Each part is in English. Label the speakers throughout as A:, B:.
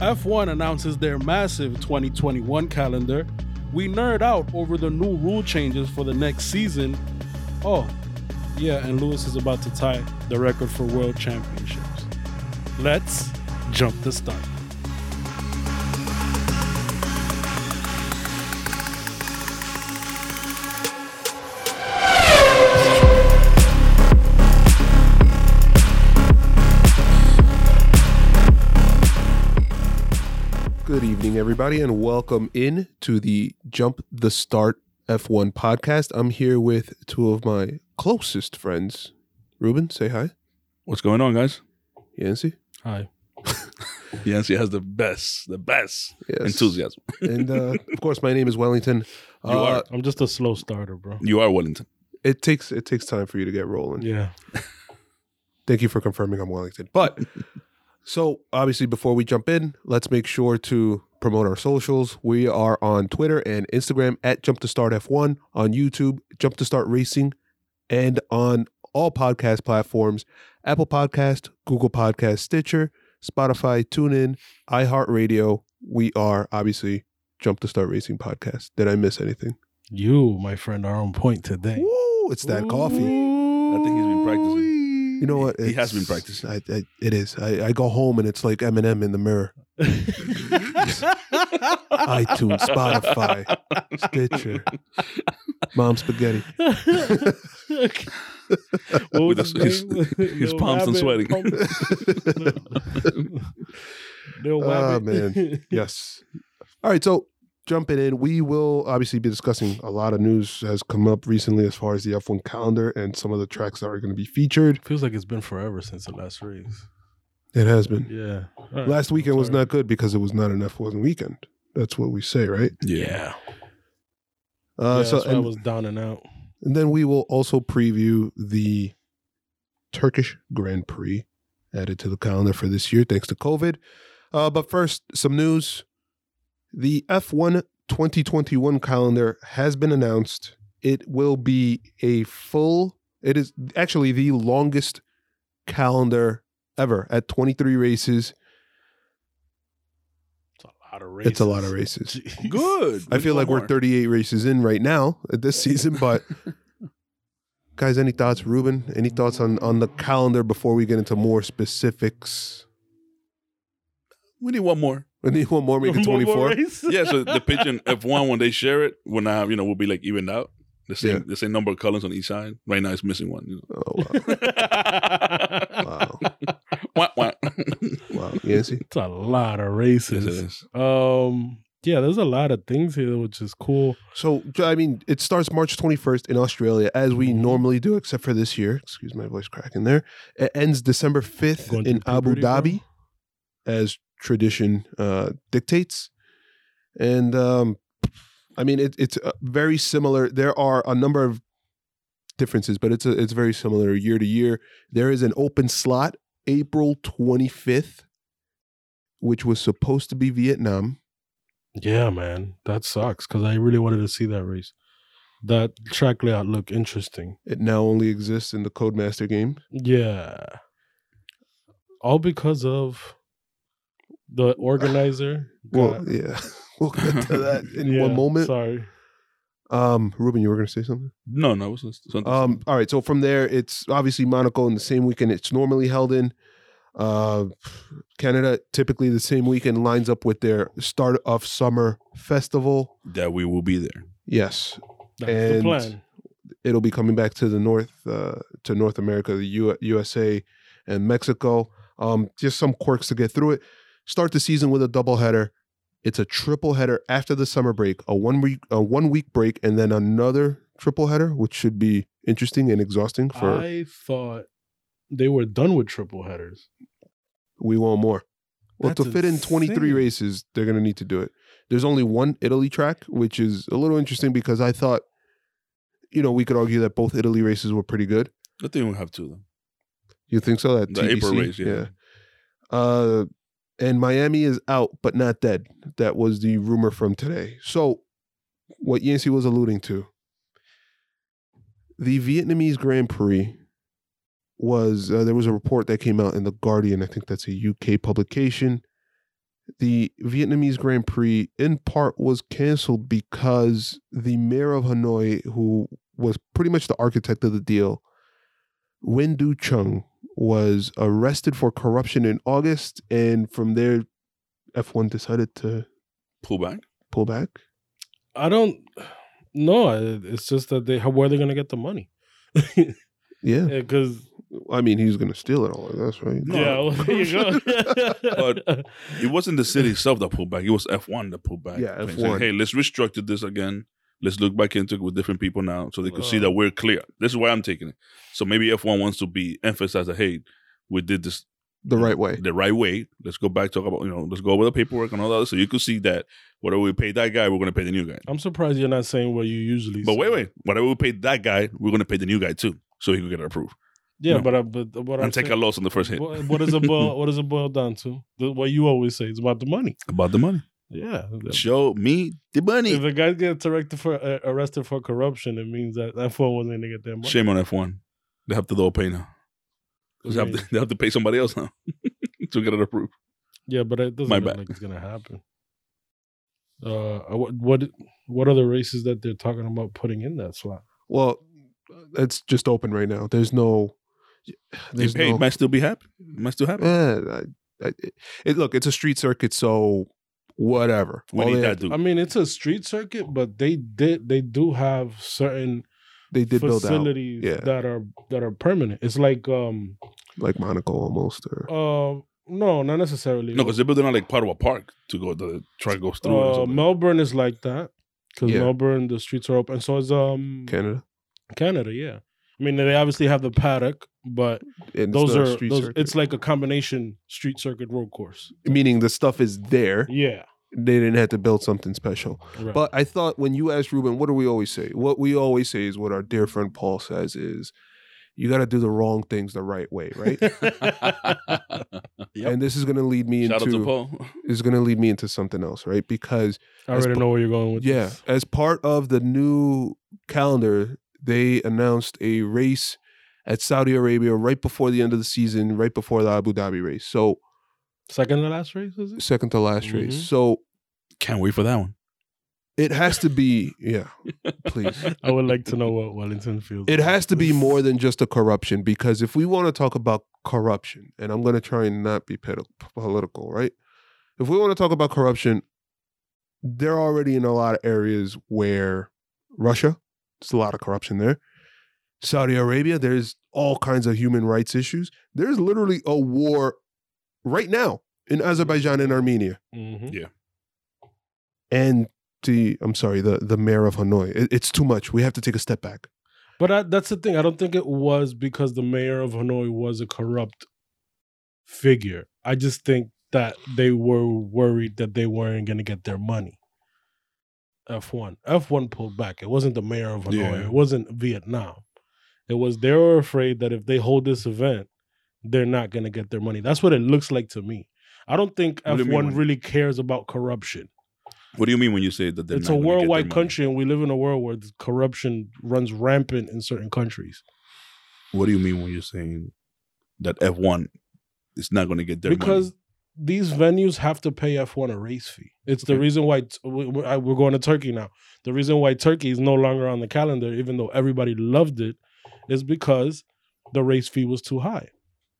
A: F1 announces their massive 2021 calendar. We nerd out over the new rule changes for the next season. Oh, yeah, and Lewis is about to tie the record for world championships. Let's jump the start.
B: Good evening, everybody, and welcome in to the Jump the Start F1 podcast. I'm here with two of my closest friends. Ruben, say hi.
C: What's going on, guys?
B: Yancy.
A: Hi.
C: Yancy has the best, the best
B: Yes.
C: enthusiasm.
B: And uh, of course, my name is Wellington.
C: You
B: Uh,
C: are.
A: I'm just a slow starter, bro.
C: You are Wellington.
B: It takes it takes time for you to get rolling.
A: Yeah.
B: Thank you for confirming I'm Wellington. But so obviously before we jump in, let's make sure to promote our socials. We are on Twitter and Instagram at Jump to Start F1, on YouTube, Jump to Start Racing, and on all podcast platforms, Apple Podcast, Google Podcast, Stitcher, Spotify, TuneIn, iHeartRadio. We are obviously Jump to Start Racing Podcast. Did I miss anything?
A: You, my friend, are on point today.
B: Woo, it's that coffee.
C: I think he's been practicing.
B: You know what?
C: He has been
B: It's-
C: practicing.
B: I, I, it is. I, I go home and it's like Eminem in the mirror. iTunes, Spotify, Stitcher, Mom Spaghetti.
A: what
C: With
A: was
C: his-
A: his, name?
C: his
A: Lil
C: palms and
A: Wabbit,
C: sweating.
A: Pump- Lil
B: Ah,
A: Wabbit.
B: man. Yes. All right. So jumping in, we will obviously be discussing a lot of news has come up recently as far as the F1 calendar and some of the tracks that are going to be featured.
A: Feels like it's been forever since the last race.
B: It has been.
A: Yeah.
B: Last weekend was
A: Sorry.
B: not good because it was not an F1 weekend. That's what we say, right?
C: Yeah.
A: yeah,
B: Uh, so
A: that's why I
B: and-
A: was down and out.
B: And then we will also preview the Turkish Grand Prix added to the calendar for this year, thanks to COVID. Uh, but first, some news. The F1 2021 calendar has been announced. It will be a full, it is actually the longest calendar ever at 23 races.
A: It's a lot of races.
B: It's a lot of races.
A: Jeez.
C: Good.
B: I feel like we're 38 races in right now at this season, but guys, any thoughts, Ruben? Any thoughts on on the calendar before we get into more specifics?
C: We need one more.
B: We need one more, make it
A: One more
B: 24.
A: race?
C: Yeah, so the pitch in F1, when they share it, when I, you know, we'll be like evened out. The same,
B: Yeah.
C: the same number of columns on each side. Right now, it's missing one. You
B: Oh wow,
C: know.
B: wow,
C: Wah, wah.
B: wow. Yancy?
A: It's a lot of
C: Yes, it
A: races.
C: is.
A: Um, yeah, there's a lot of things here, which is cool.
B: So j- I mean, it starts March 21st in Australia, as we
A: Mm-hmm.
B: normally do, except for this year. Excuse my voice cracking there. It ends December 5th
A: Going
B: in
A: through
B: Abu
A: puberty, bro?
B: Dhabi, as tradition uh, dictates. And um, I mean, it, it's uh, very similar. There are a number of differences, but it's a, it's very similar year to year. There is an open slot April 25th, which was supposed to be Vietnam.
A: Yeah, man, that sucks because I really wanted to see that race. That track layout looked interesting.
B: It now only exists in the Codemaster game.
A: Yeah, all because of the organizer.
B: Well,
A: got-
B: yeah, we'll get to that in
A: Yeah,
B: one moment.
A: Sorry.
B: Um, Ruben, you were going to say something.
C: No, no. It's, it's something.
B: Um, all right. So from there, it's obviously Monaco in the same weekend it's normally held in. Uh, Canada typically the same weekend lines up with their start of summer festival.
C: that we will be there.
B: Yes,
A: That's the
B: And-
A: plan.
B: it'll be coming back to the north uh, to North America, the U- USA, and Mexico. Um, just some quirks to get through it. Start the season with a doubleheader. It's a triple header after the summer break, a one week a one week break, and then another triple header, which should be interesting and exhausting. For
A: I thought they were done with triple headers.
B: we want more. Well, to
A: That's
B: fit in 23
A: insane.
B: races, they're going to need to do it. There's only one Italy track, which is a little interesting because I thought, you know, we could argue that both Italy races were pretty good.
C: I think we have two, though.
B: You think so? That
C: The April
B: TBC?
C: race, yeah.
B: Uh, and Miami is out, but not dead. That was the rumor from today. So, what Yancey was alluding to, the Vietnamese Grand Prix was uh, there was a report that came out in the Guardian. I think that's a UK publication the Vietnamese Grand Prix in part was canceled because the mayor of Hanoi, who was pretty much the architect of the deal, Win Du Chung, was arrested for corruption in August, and from there, F1 decided to
C: Pull back.
B: pull back.
A: I don't. No, it- it's just that they. How, where are they going to get the money?
B: Yeah,
A: Because
B: I mean, he's gonna steal it all. Like this, right?
C: No.
A: yeah, well, there you go.
C: But- It wasn't the city itself that pulled back. It was F1 that pulled back.
B: Yeah, F1.
C: Like, saying, hey, let's restructure this again. Let's look back into it with different people now so they could see
A: Wow.
C: that we're clear. This is why I'm taking it. So maybe F1 wants to be emphasized that, hey, we did this
B: the right way.
C: the right way. Let's go back, talk about, you know, let's go over the paperwork and all that. So you could see that whatever we pay that guy, we're going to pay the new guy.
A: I'm surprised you're not saying what you usually.
C: But
A: say.
C: wait, wait. Whatever we paid that guy, we're going to pay the new guy too. So he could get it approved
A: Yeah,
C: no.
A: but I, but what I'm
C: and take a
A: saying-
C: loss on the first hit.
A: What, what is it boil? What does it boil down to? The, what you always say is about the money.
C: About the money.
A: Yeah.
C: Show me the
A: If
C: money.
A: the guys get directed for uh, arrested for corruption, it means that that fool wasn't going to get their money.
C: Shame on F1. They have to do a pay now. They have, to,
A: Right.
C: they have to pay somebody else now to get it approved.
A: Yeah, but it doesn't
C: My
A: look
C: bad.
A: like it's going to happen. Uh, I- what what what are the races that they're talking about putting in that slot?
B: Well, it's just open right now. There's no.
C: They
B: There's
C: paid.
B: no.
C: Might still be happy. Might still
A: Eh,
C: happy.
B: Yeah, I, I, it, look, it's a street circuit, so whatever.
C: we
B: All
C: need
B: they,
C: that dude.
A: I mean, it's a street circuit, but they did they do have certain
B: they did build out
A: facilities
B: Yeah.
A: that are that are permanent. It's like um
B: like Monaco almost, or
A: uh no, not necessarily.
C: no, because they're building out like part of a park to go. The track goes through. and
A: uh,
C: something.
A: Melbourne is like that because
B: Yeah.
A: Melbourne the streets are open. So is um
B: Canada.
A: Canada, yeah. I mean, they obviously have the paddock, but
B: And
A: those
B: not a
A: are
B: street
A: those.
B: circuit.
A: It's like a combination street circuit road course.
B: meaning the stuff is there.
A: Yeah,
B: They didn't have to build something special.
A: right.
B: But I thought when you asked Ruben, what do we always say? What we always say is what our dear friend Paul says is, you got to do the wrong things the right way, right?
C: Yep.
B: And this is going to lead me
C: Shout out
B: into
C: to Paul.
B: this is going to lead me into something else, right? Because
A: I already
B: as-
A: know where you're going with
B: yeah,
A: this.
B: as part of the new calendar, they announced a race at Saudi Arabia right before the end of the season, right before the Abu Dhabi race. So
A: Second to last race is it?
B: second to last
A: Mhm.
C: Mm-hmm.
B: race. So
C: Can't wait for that one.
B: it has to be, yeah, please.
A: I would like to know what Wellington feels.
B: It
A: like.
B: has to be more than just a corruption because if we want to talk about corruption, and I'm going to try and not be peti- political, right? If we want to talk about corruption, they're already in a lot of areas where Russia, there's a lot of corruption there. Saudi Arabia, there's all kinds of human rights issues. There's literally a war right now in Azerbaijan and Armenia.
A: Mhm.
B: And the, I'm sorry, the, the mayor of Hanoi, It- it's too much. We have to take a step back.
A: But I, that's the thing. I don't think it was because the mayor of Hanoi was a corrupt figure. I just think that they were worried that they weren't going to get their money. F1. F1 pulled back. It wasn't the mayor of Hanoi.
C: Yeah.
A: It wasn't Vietnam. It was they were afraid that if they hold this event, they're not going to get their money. That's what it looks like to me. I don't think
C: What do you mean
A: F1
C: when-
A: really cares about corruption.
C: What do you mean when you say that? they're
A: it's a
C: not gonna get their
A: worldwide
C: money?
A: country, and we live in a world where corruption runs rampant in certain countries.
C: What do you mean when you're saying that F1 is not going to get their
A: because
C: money?
A: these venues have to pay F1 a race fee. It's the
C: Okay.
A: reason why t- we- we- I- we're going to Turkey now. The reason why Turkey is no longer on the calendar, even though everybody loved it, is because the race fee was too high.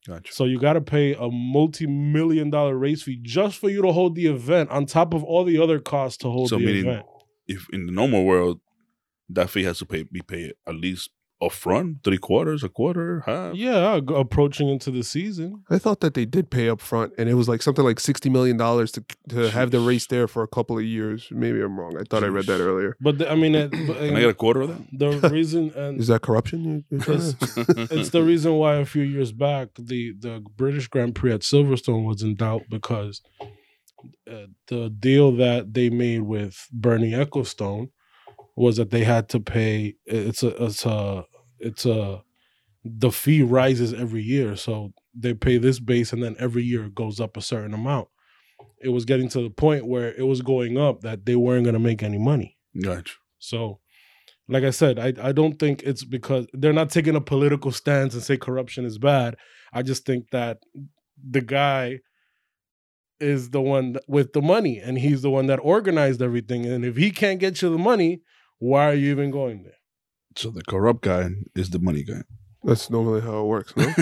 C: Gotcha.
A: So you got to pay a multi-million dollar race fee just for you to hold the event, on top of all the other costs to hold
C: So
A: the
C: meaning-
A: event.
C: If in the normal world, that fee has to pay be paid at least upfront, three quarters, a quarter, half.
A: Yeah, uh, g- approaching into the season.
B: I thought that they did pay up front, and it was like something like sixty million dollars to to have the
C: Jeez.
B: race there for a couple of years. Maybe I'm wrong. I thought I read that
C: Jeez.
B: earlier.
A: But the, I mean, it, but-
C: Can I get a quarter of
A: the reason and
B: Is that corruption? you- you're trying to-
C: that?
A: it's the reason why a few years back the the British Grand Prix at Silverstone was in doubt because uh, the deal that they made with Bernie Ecclestone was that they had to pay it's a it's a it's a the fee rises every year so they pay this base and then every year it goes up a certain amount it was getting to the point where it was going up that they weren't going to make any money
C: gotcha.
A: so, like I said, I, I don't think it's because they're not taking a political stance and say corruption is bad. I just think that the guy is the one th- with the money, and he's the one that organized everything. And if he can't get you the money, why are you even going there?
C: So the corrupt guy is the money guy.
B: That's normally how it works. No?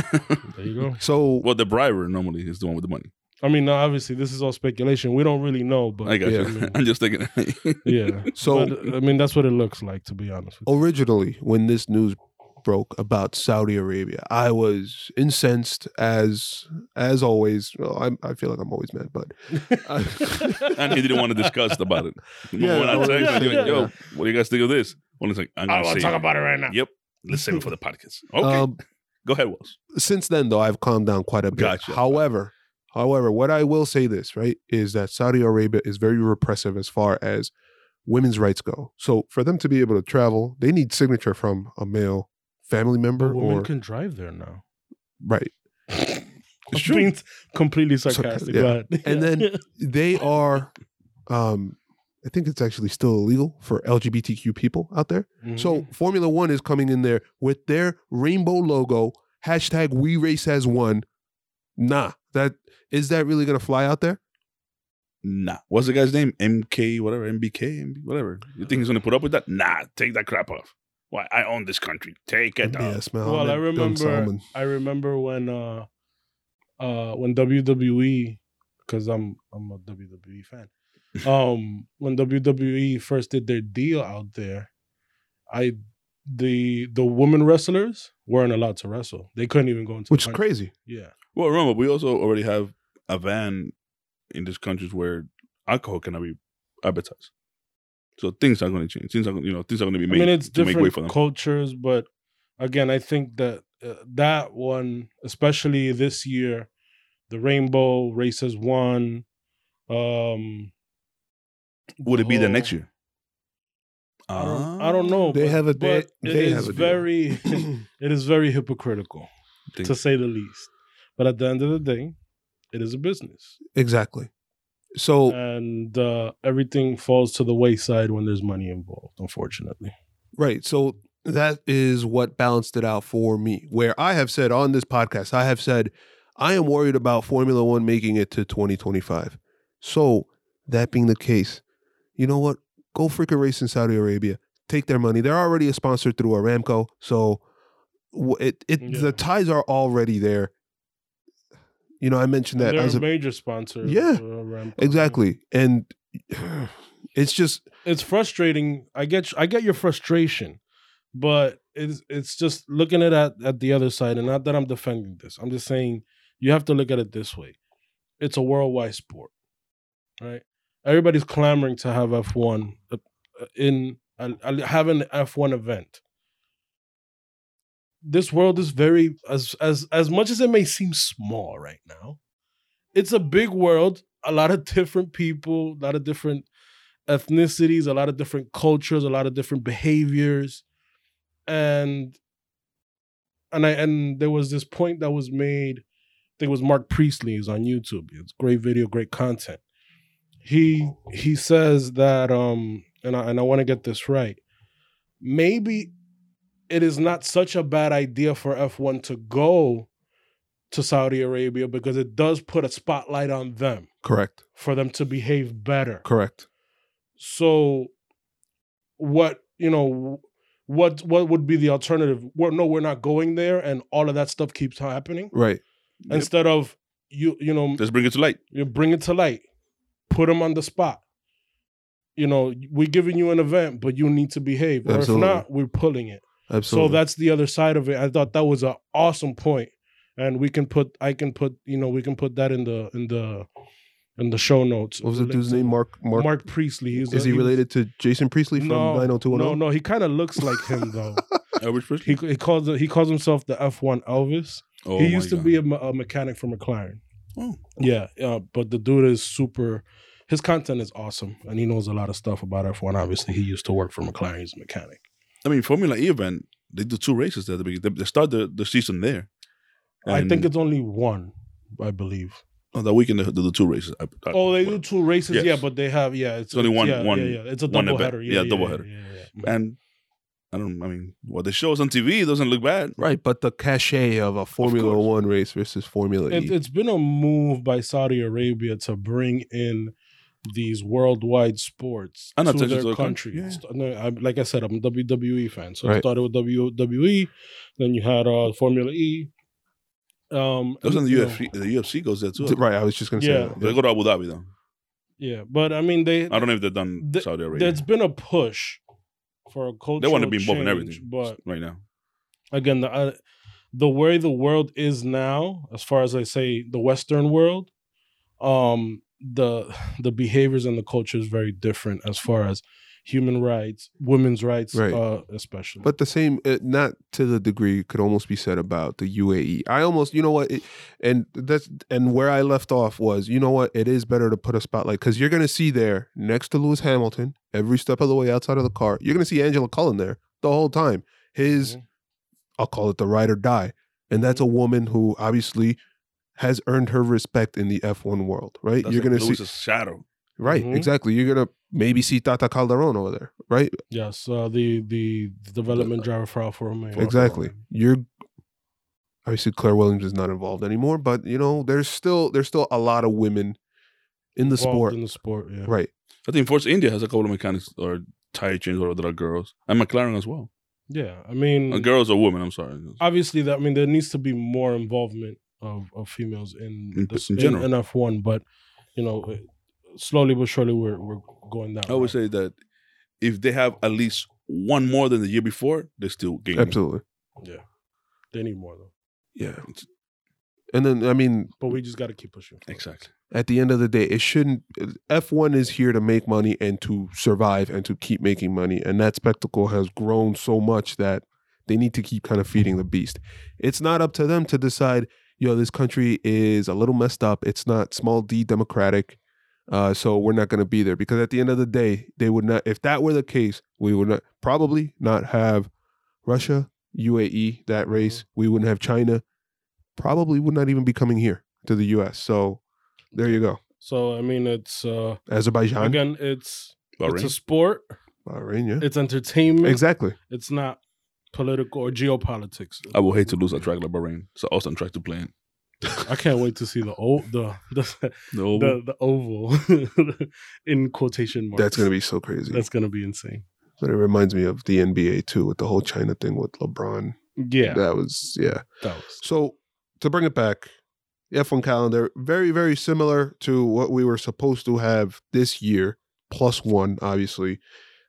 A: There you go.
B: so
C: well, the briber normally is the one with the money.
A: I mean, now obviously this is all speculation. We don't really know, but
C: I got
B: Yeah.
C: you. I'm just thinking.
A: yeah.
B: So-
A: But, I mean, that's what it looks like, to be honest. With you.
B: originally, when this news broke about Saudi Arabia, I was incensed as as always. Well, I'm, I feel like I'm always mad, but
C: and he didn't want to discuss about it.
B: Yeah,
C: when I
B: no,
C: text,
A: yeah,
C: him, he
A: yeah.
C: went, yo, what do you guys think of this? When it's like, I'm
A: I
C: gonna
A: want to
C: save
A: talk
C: it.
A: about it right now.
C: Yep, let's save it for the podcast. Okay,
B: um,
C: go ahead, Wells.
B: since then though i've calmed down quite a bit
C: Gotcha.
B: however however what i will say this right is that saudi arabia is very repressive as far as women's rights go so for them to be able to travel they need signature from a male family member
A: But women
B: or
A: can drive there now.
B: right
A: I'm
B: true.
A: being completely sarcastic.
B: yeah.
A: Go ahead.
B: And then- they are um i think it's actually still illegal for lgbtq people out there
A: Mhm.
B: so formula one is coming in there with their rainbow logo hashtag we race as one nah that is that really gonna fly out there
C: Nah, what's the guy's name? MK, whatever, MBK, MB, whatever. You think he's gonna put up with that? Nah, take that crap off. Why? I own this country. Take it off.
B: Yes, man.
A: well, I
B: Ahmed bin
A: remember,
B: Salman.
A: I remember when, uh, uh, when WWE, because I'm I'm a WWE fan. Um, when WWE first did their deal out there, I the the women wrestlers weren't allowed to wrestle. They couldn't even go into
B: which
A: the
B: is
A: country.
B: crazy.
A: Yeah,
C: Well, remember, we also already have a van in these countries where alcohol cannot be advertised. So things are going to change. Things are, gonna- you know, things are going to be made
A: I mean it's
C: to make way
A: different
C: for them.
A: cultures, but again, I think that uh, that one, especially this year, the rainbow races one. Um,
C: Would it be there
A: whole-
C: next year?
A: oh. I don't, I don't know.
B: Ah, They
A: but-
B: have a
A: but
B: bit- they
A: it
B: have
A: is
B: a deal.
A: very, it is very hypocritical,
C: Think-
A: to say the least. But at the end of the day, it is a business,
B: Exactly. So
A: and uh, everything falls to the wayside when there's money involved. Unfortunately,
B: right. So that is what balanced it out for me. Where I have said on this podcast, I have said I am worried about Formula One making it to 2025. So that being the case, you know what? Go freaking race in Saudi Arabia. Take their money. They're already a sponsor through Aramco. So w- it it
A: Yeah.
B: the ties are already there. You know, I mentioned that
A: they're
B: as
A: a
B: a
A: major sponsor.
B: Yeah,
A: for Aramco.
B: Exactly. And it's just
A: it's frustrating. I get I get your frustration, but it's it's just looking at at, at the other side, and not that I'm defending this. I'm just saying you have to look at it this way. It's a worldwide sport, right? Everybody's clamoring to have F1 uh, in uh, uh, have an F1 event. This world is very as as as much as it may seem small right now. It's a big world, a lot of different people, a lot of different ethnicities, a lot of different cultures, a lot of different behaviors. And and I and there was this point that was made, I think it was Mark Priestley, he's on YouTube. It's great video, great content. He he says that um and I and I want to get this right. Maybe it is not such a bad idea for F1 to go to Saudi Arabia because it does put a spotlight on them
B: correct.
A: for them to behave better
B: Correct.
A: so what you know what what would be the alternative well no we're not going there and all of that stuff keeps happening
B: Right.
C: Yep.
A: instead of you you know
C: Let's bring it to light.
A: you bring it to light put them on the spot you know we're giving you an event but you need to behave or if
B: Absolutely.
A: not we're pulling it
B: Absolutely.
A: so that's the other side of it i thought that was an awesome point and we can put i can put you know we can put that in the in the in the show notes
B: what was the dude's name? Mark Mark,
A: mark, priestley he's
B: Is
A: a-
B: he
A: was-
B: related to Jason Priestley from
A: no,
B: 90210?
A: No, no, he kind of looks like him though.
C: Elvis Presley.
A: he he calls he calls himself the F1 Elvis.
C: Oh
A: he
C: my
A: used to
C: God.
A: be a, me- a mechanic for McLaren.
C: Oh.
A: Yeah, uh, but the dude is super. His content is awesome, and he knows a lot of stuff about F1. Obviously, he used to work for McLaren. He's a mechanic.
C: I mean, Formula E event. They do two races there. at the beginning. They, they start the, the season there.
A: I
C: And-
A: think it's only one, I believe.
C: oh, that weekend they do the two races. I, I-
A: Oh, they do two races,
C: Uh, Yes.
A: yeah, but they have yeah. It's,
C: It's only one-
A: yeah,
C: one-
A: yeah, yeah. It's a
C: one
A: double
C: event.
A: header.
C: Yeah,
A: Yeah, yeah,
C: doubleheader.
A: yeah, yeah, yeah.
C: And I don't. I mean, what they show us on TV doesn't look bad.
B: Right, but the cachet of a Formula
C: course.
B: One race versus Formula
A: It,
B: E.
A: it's been a move by Saudi Arabia to bring in these worldwide sports
C: And
A: to
C: attention
A: their
C: to the country,
A: country.
C: yeah.
A: St- no, I'm- like I said, I'm a WWE fan, so I
B: Right.
A: started with WWE. Then you had uh, Formula E. Um,
C: Those on the
A: you know,
C: UFC. The UFC goes there too.
B: D- Right, I was just gonna say.
A: Yeah.
B: that.
C: They go to Abu Dhabi though.
A: yeah, but I mean, they
C: I don't know if they're done
A: The-
C: Saudi Arabia.
A: there's been a push for a culture.
C: They want to be involved in
A: change,
C: everything
A: but
C: right now.
A: again, the uh, the way the world is now, as far as I say, the Western world, um, the the behaviors and the culture is very different as far as human rights, women's rights,
B: Right.
A: uh, especially.
B: But the same, uh, not to the degree, could almost be said about the UAE. I almost, you know what, it, and that's and where I left off was, you know what, it is better to put a spotlight because you're gonna see there next to Lewis Hamilton every step of the way outside of the car. You're gonna see Angela Cullen there the whole time. His,
A: Mhm.
B: I'll call it the ride or die, and that's a woman who obviously has earned her respect in the F1 world, right?
C: That's
B: you're
C: like
B: gonna see,
C: Lewis's shadow.
B: right?
A: Mhm.
B: Exactly. You're gonna maybe see Tata Calderon over there, right?
A: yes, uh, the the development driver for Alfa Romeo.
B: Uh, Exactly. You're obviously Claire Williams is not involved anymore, but you know, there's still there's still a lot of women in the
A: Involved
B: sport.
A: in the sport, yeah.
B: Right.
C: I think Force India has a couple of mechanics or tire chains or that are girls, and McLaren as well.
A: Yeah, I mean,
C: Uh, girls or women. I'm sorry.
A: obviously that Mm. I mean there needs to be more involvement of, of females in
C: In-
A: this,
C: in
A: in,
C: general.
A: in F1, but you know, it- slowly but surely we're we're going that.
C: I always
A: route.
C: say that if they have at least one more than the year before, they still gain.
B: Absolutely.
A: they need more though,
B: Yeah. And then I mean,
A: but we just got to keep pushing. forward.
C: Exactly.
B: at the end of the day, it shouldn't F1 is here to make money and to survive and to keep making money. And that spectacle has grown so much that they need to keep kind of feeding the beast. It's not up to them to decide, yo, this country is a little messed up. It's not small d democratic. Uh, so we're not going to be there because at the end of the day, they would not. If that were the case, we would not probably not have Russia, UAE that race. We wouldn't have China. Probably would not even be coming here to the U.S. So there you go,
A: So I mean, it's uh,
B: Azerbaijan,
A: again, it's it's a
C: Bahrain.
A: sport,
B: Bahrain, yeah,
A: it's entertainment,
B: exactly.
A: it's not political or geopolitics.
C: I would hate to lose a track like Bahrain. It's an awesome track to play in.
A: I can't wait to see the o- the the
C: No,
A: the, the oval in quotation marks.
B: That's gonna be so crazy.
A: that's gonna be insane.
B: but it reminds me of the NBA too, with the whole China thing with LeBron.
A: Yeah,
B: That was yeah.
A: that was
B: So to bring it back, the F1 calendar very very similar to what we were supposed to have this year, plus one obviously.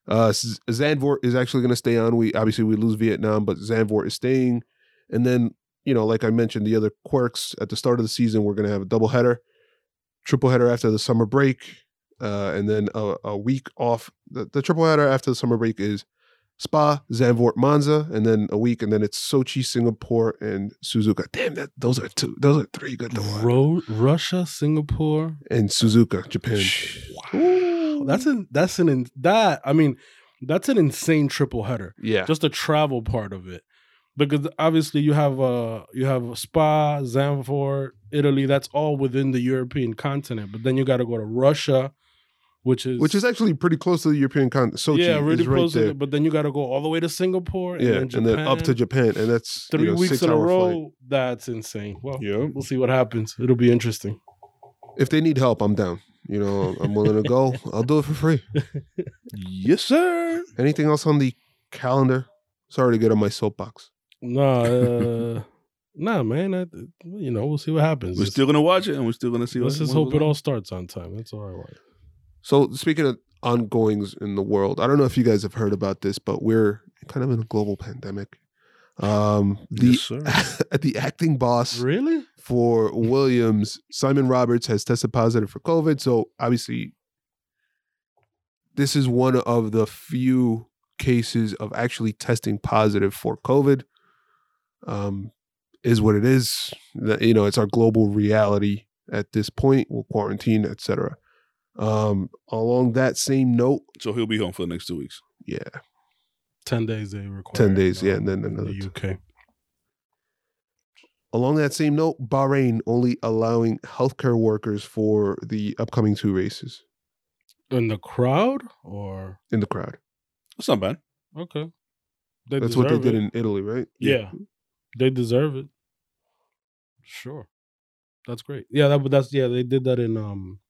B: Uh, Z- Zandvoort is actually going to stay on. We obviously we lose Vietnam, but Zandvoort is staying. And then you know, like I mentioned, the other quirks at the start of the season, we're going to have a double header, triple header after the summer break, uh, and then a, a week off. The, the triple header after the summer break is Spa, Zandvoort, Monza, and then a week, and then it's Sochi, Singapore, and Suzuka. Damn, that those are two, those are three good to watch.
A: Ro- Russia, Singapore,
B: And Suzuka, Japan.
A: Ooh, that's an that's an in, that I mean, that's an insane triple header.
B: Yeah,
A: Just the travel part of it, because obviously you have uh you have Spa, Zandvoort, Italy. That's all within the European continent. But then you got to go to Russia, which is
B: which is actually pretty close to the European continent. Sochi
A: yeah really
B: is right
A: close. to
B: there.
A: it, but then you got to go all the way to Singapore.
B: yeah,
A: and then,
B: and then up to
A: Japan.
B: Japan, and that's
A: three
B: you know,
A: weeks in a
B: six-hour
A: row.
B: flight.
A: That's insane. Well,
C: Yeah.
A: we'll see what happens. It'll be interesting.
B: If they need help, I'm down. You know, I'm willing to go. I'll do it for free.
C: Yes, sir.
B: Anything else on the calendar? Sorry to get on my soapbox.
A: Nah, uh, nah, man. I, you know, we'll see what happens.
C: We're
A: It's-
C: still gonna watch it, and we're still gonna see.
A: Let's
C: what-
A: just
C: what
A: hope
C: goes
A: it
C: on.
A: all starts on time. That's all I want.
B: So speaking of ongoings in the world, I don't know if you guys have heard about this, but we're kind of in a global pandemic. Um, the
C: Yes, sir.
B: the acting boss
A: Really?
B: for Williams, Simon Roberts, has tested positive for COVID. So obviously, this is one of the few cases of actually testing positive for COVID. Um, is what it is. That, You know, it's our global reality at this point. We'll quarantine, etc. Um, along that same note,
C: So he'll be home for the next two weeks.
B: yeah,
A: Ten days they require.
B: 10 days,
A: uh,
B: yeah, and then
A: in
B: another
A: the
B: two.
A: UK.
B: Along that same note, Bahrain only allowing healthcare workers for the upcoming two races
A: In the crowd or
B: in the crowd.
C: That's not bad.
A: okay. They
B: That's what they
A: deserve
B: did
A: it.
B: in Italy, right?
A: Yeah. They deserve it. Sure. That's great. Yeah, that but that's yeah, they did that in um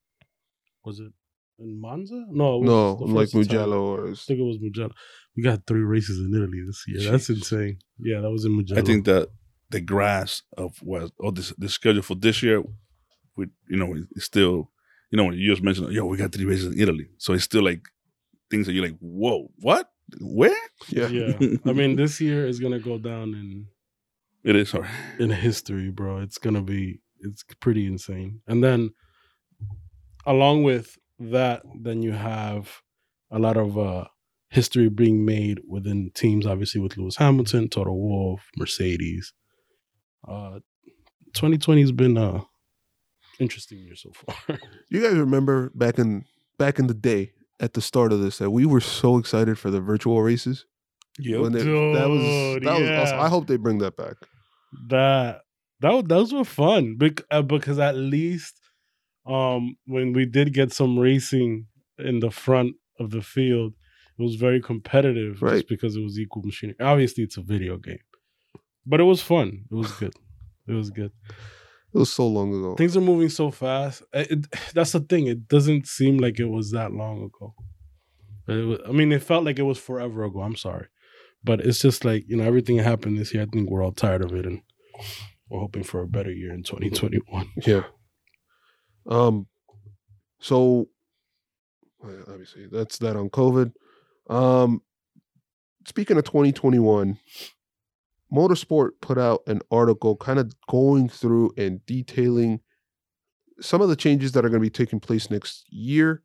A: was it in Monza? No, it was
B: No,
A: the
B: like
A: first Italian-
B: Mugello or
A: I think it was Mugello. We got three races in Italy this year. That's insane. Yeah, that was in Mugello.
C: I think that the grass of what oh this the schedule for this year, we you know it's still you know when you just mentioned yo we got three races in Italy, so it's still like things that you're like whoa what where
B: yeah.
A: yeah. I mean, this year is gonna go down in
C: it is sorry
A: in history, bro. It's gonna be it's pretty insane. And then along with that, then you have a lot of uh history being made within teams, obviously with Lewis Hamilton, Toto Wolf, Mercedes. Uh 2020 has been a interesting year so far.
B: You guys remember back in back in the day at the start of this that we were so excited for the virtual races.
C: yeah
B: When they- that was
A: Dude,
B: that was
A: yeah.
B: awesome. I hope they bring that back.
A: that that wa- those were fun bec- uh, because at least um when we did get some racing in the front of the field it was very competitive
B: Right.
A: just because it was equal machinery obviously it's a video game but it was fun it was good it was good
B: It was so long ago.
A: things are moving so fast Uh, it, that's the thing it doesn't seem like it was that long ago It wa- i mean it felt like it was forever ago i'm sorry but it's just like you know everything that happened this year i think we're all tired of it and we're hoping for a better year in 2021
B: Yeah. Um. So, well, obviously, that's that on COVID. Um. Speaking of 2021, Motorsport put out an article kind of going through and detailing some of the changes that are going to be taking place next year.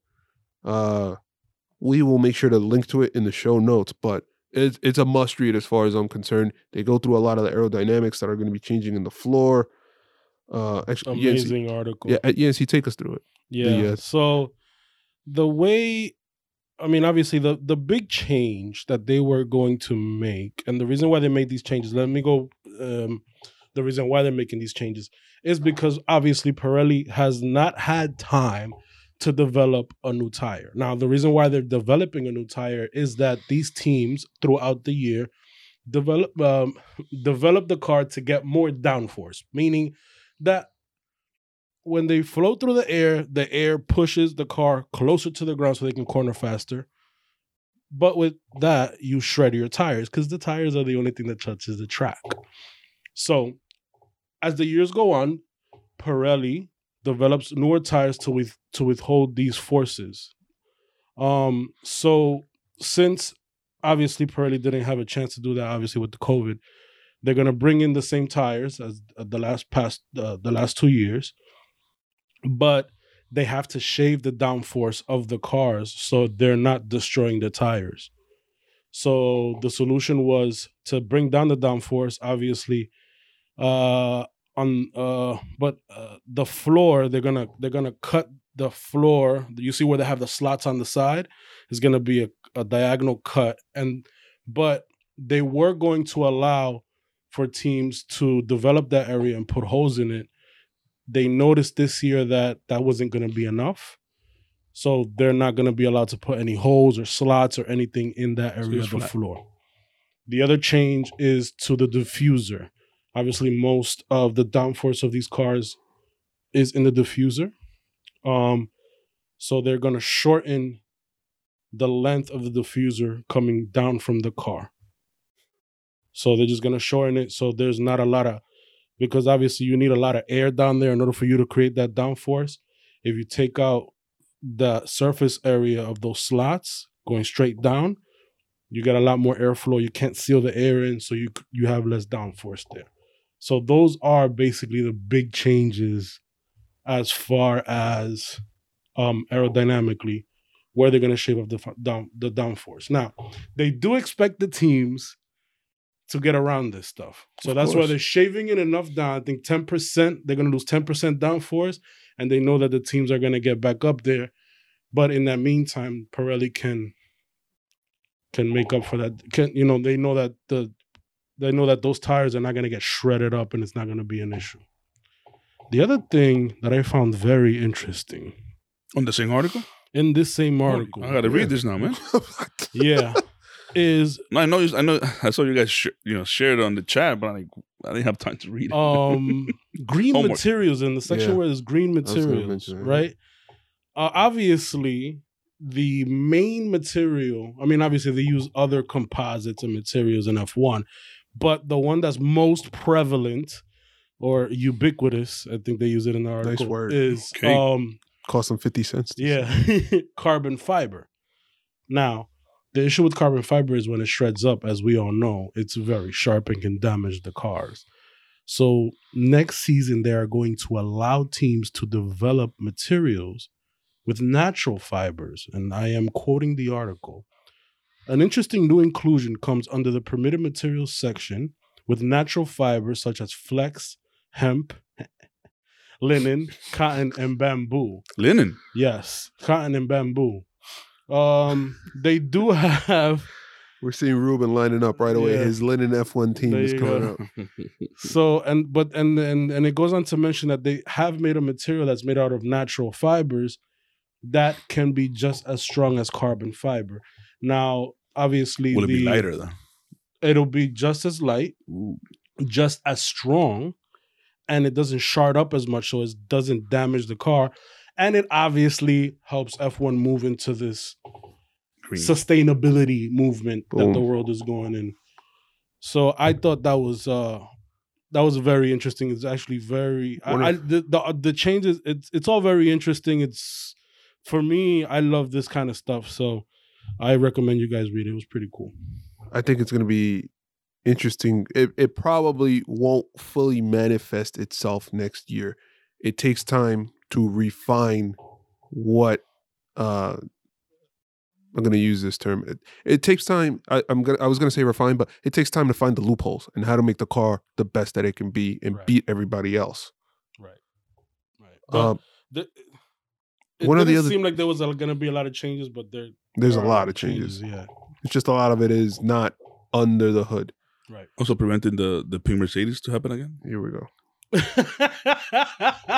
B: Uh, we will make sure to link to it in the show notes, but it's, it's a must read as far as I'm concerned. They go through a lot of the aerodynamics that are going to be changing in the floor. Uh, actually, yeah, it's-
A: amazing article
B: yeah, at ENC, take us through it.
A: Yeah.
B: uh,
A: so the way I mean, obviously the the big change that they were going to make, and the reason why they made these changes, let me go um the reason why they're making these changes is because obviously Pirelli has not had time to develop a new tire. Now, the reason why they're developing a new tire is that these teams throughout the year develop um, develop the car to get more downforce, meaning that when they float through the air, the air pushes the car closer to the ground so they can corner faster. But with that, you shred your tires because the tires are the only thing that touches the track. So, as the years go on, Pirelli develops newer tires to with to withhold these forces. Um, so since obviously Pirelli didn't have a chance to do that, obviously with the COVID, they're gonna bring in the same tires as uh, the last past uh, the last two years but they have to shave the downforce of the cars so they're not destroying the tires. So the solution was to bring down the downforce, obviously. Uh, on uh, but uh, the floor they're gonna they're gonna cut the floor. You see where they have the slots on the side is gonna be a, a diagonal cut, and but they were going to allow for teams to develop that area and put holes in it they noticed this year that that wasn't going to be enough. So they're not going to be allowed to put any holes or slots or anything in that area
C: it's
A: of the
C: flat.
A: floor. The other change is to the diffuser. Obviously, most of the downforce of these cars is in the diffuser. Um, so they're going to shorten the length of the diffuser coming down from the car. So they're just going to shorten it so there's not a lot of because obviously you need a lot of air down there in order for you to create that downforce. If you take out the surface area of those slots going straight down, you get a lot more airflow. You can't seal the air in, so you c- you have less downforce there. So those are basically the big changes as far as um, aerodynamically where they're going to shape up the f- down the downforce. Now, they do expect the teams to get around this stuff. So
B: Of
A: that's why
B: course.
A: they're shaving it enough down. I think 10%, they're going to lose 10% downforce and they know that the teams are going to get back up there. But in that meantime, Pirelli can can make up for that. Can you know, they know that the they know that those tires are not going to get shredded up and it's not going to be an issue. The other thing that I found very interesting
C: on the same article
A: in this same article,
C: Oh, I gotta
B: Yeah.
C: read this now man
A: yeah, is
C: No, I know. You, I know. I saw you guys, sh- you know, shared it on the chat, but I like, I didn't have time to read it.
A: um green
C: Homework.
A: materials in the section
B: Yeah.
A: where there's green
B: was gonna
A: materials,
B: mention that.
A: right? Uh, obviously, the main material, I mean, obviously, they use other composites and materials in F1, but the one that's most prevalent or ubiquitous, I think they use it in the article,
B: word.
A: is
C: Okay.
A: um,
B: Cost them 50 cents. to
A: yeah, carbon fiber. Now, the issue with carbon fiber is when it shreds up, as we all know, it's very sharp and can damage the cars. So, next season, they are going to allow teams to develop materials with natural fibers. And I am quoting the article. An interesting new inclusion comes under the permitted materials section with natural fibers such as flex, hemp, linen, cotton, and bamboo.
C: Linen.
A: Yes, cotton and bamboo. Um, they do have
B: We're seeing Ruben lining up right away.
A: Yeah.
B: His linen F1 team
A: There
B: is
A: you
B: coming
A: go.
B: up.
A: so and but and and and it goes on to mention that they have made a material that's made out of natural fibers that can be just as strong as carbon fiber. Now, obviously,
C: Will it be
A: the-
C: lighter though?
A: It'll be just as light,
C: Ooh.
A: just as strong, and it doesn't shard up as much, so it doesn't damage the car, and it obviously helps F1 move into this
C: Green.
A: sustainability movement that the
B: Boom.
A: world is going in. So I thought that was uh that was very interesting. It's actually very I, I,
B: Wonderful.
A: the, the the changes. It's it's all very interesting. It's for me. I love this kind of stuff. So I recommend you guys read it. It was pretty cool.
B: I think it's going to be interesting. It, it probably won't fully manifest itself next year. It takes time to refine what uh, I'm going to use this term. It, it takes time. I, I'm gonna. I was going to say refine, but it takes time to find the loopholes and how to make the car the best that it can be and
A: Right.
B: beat everybody else.
A: Right.
B: Um, one of the other-
A: seemed like there was uh, gonna be a lot of changes, but there
B: there's a
A: there are
B: lot of changes.
A: Yeah.
B: It's just a lot of it is not under the hood.
A: Right.
C: also preventing the the pink Mercedes to happen again.
B: Here we go.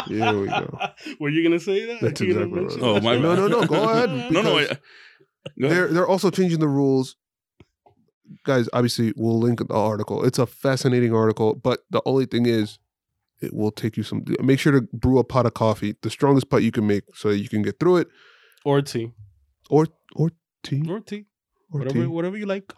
A: Here
B: we go.
A: Were you gonna say that?
B: That's
A: You gonna
B: exactly what I
A: mention
C: was-
A: that?
C: Oh, my
B: No, no, no, go ahead,
C: No, no.
B: Because-
C: I, go ahead.
B: They're they're also changing the rules. Guys, obviously we'll link the article. It's a fascinating article, but the only thing is it will take you some make sure to brew a pot of coffee, the strongest pot you can make so that you can get through it.
A: Or tea.
B: Or or tea.
C: Mm-hmm.
A: Or tea.
B: Or
A: whatever,
B: tea.
A: whatever you like.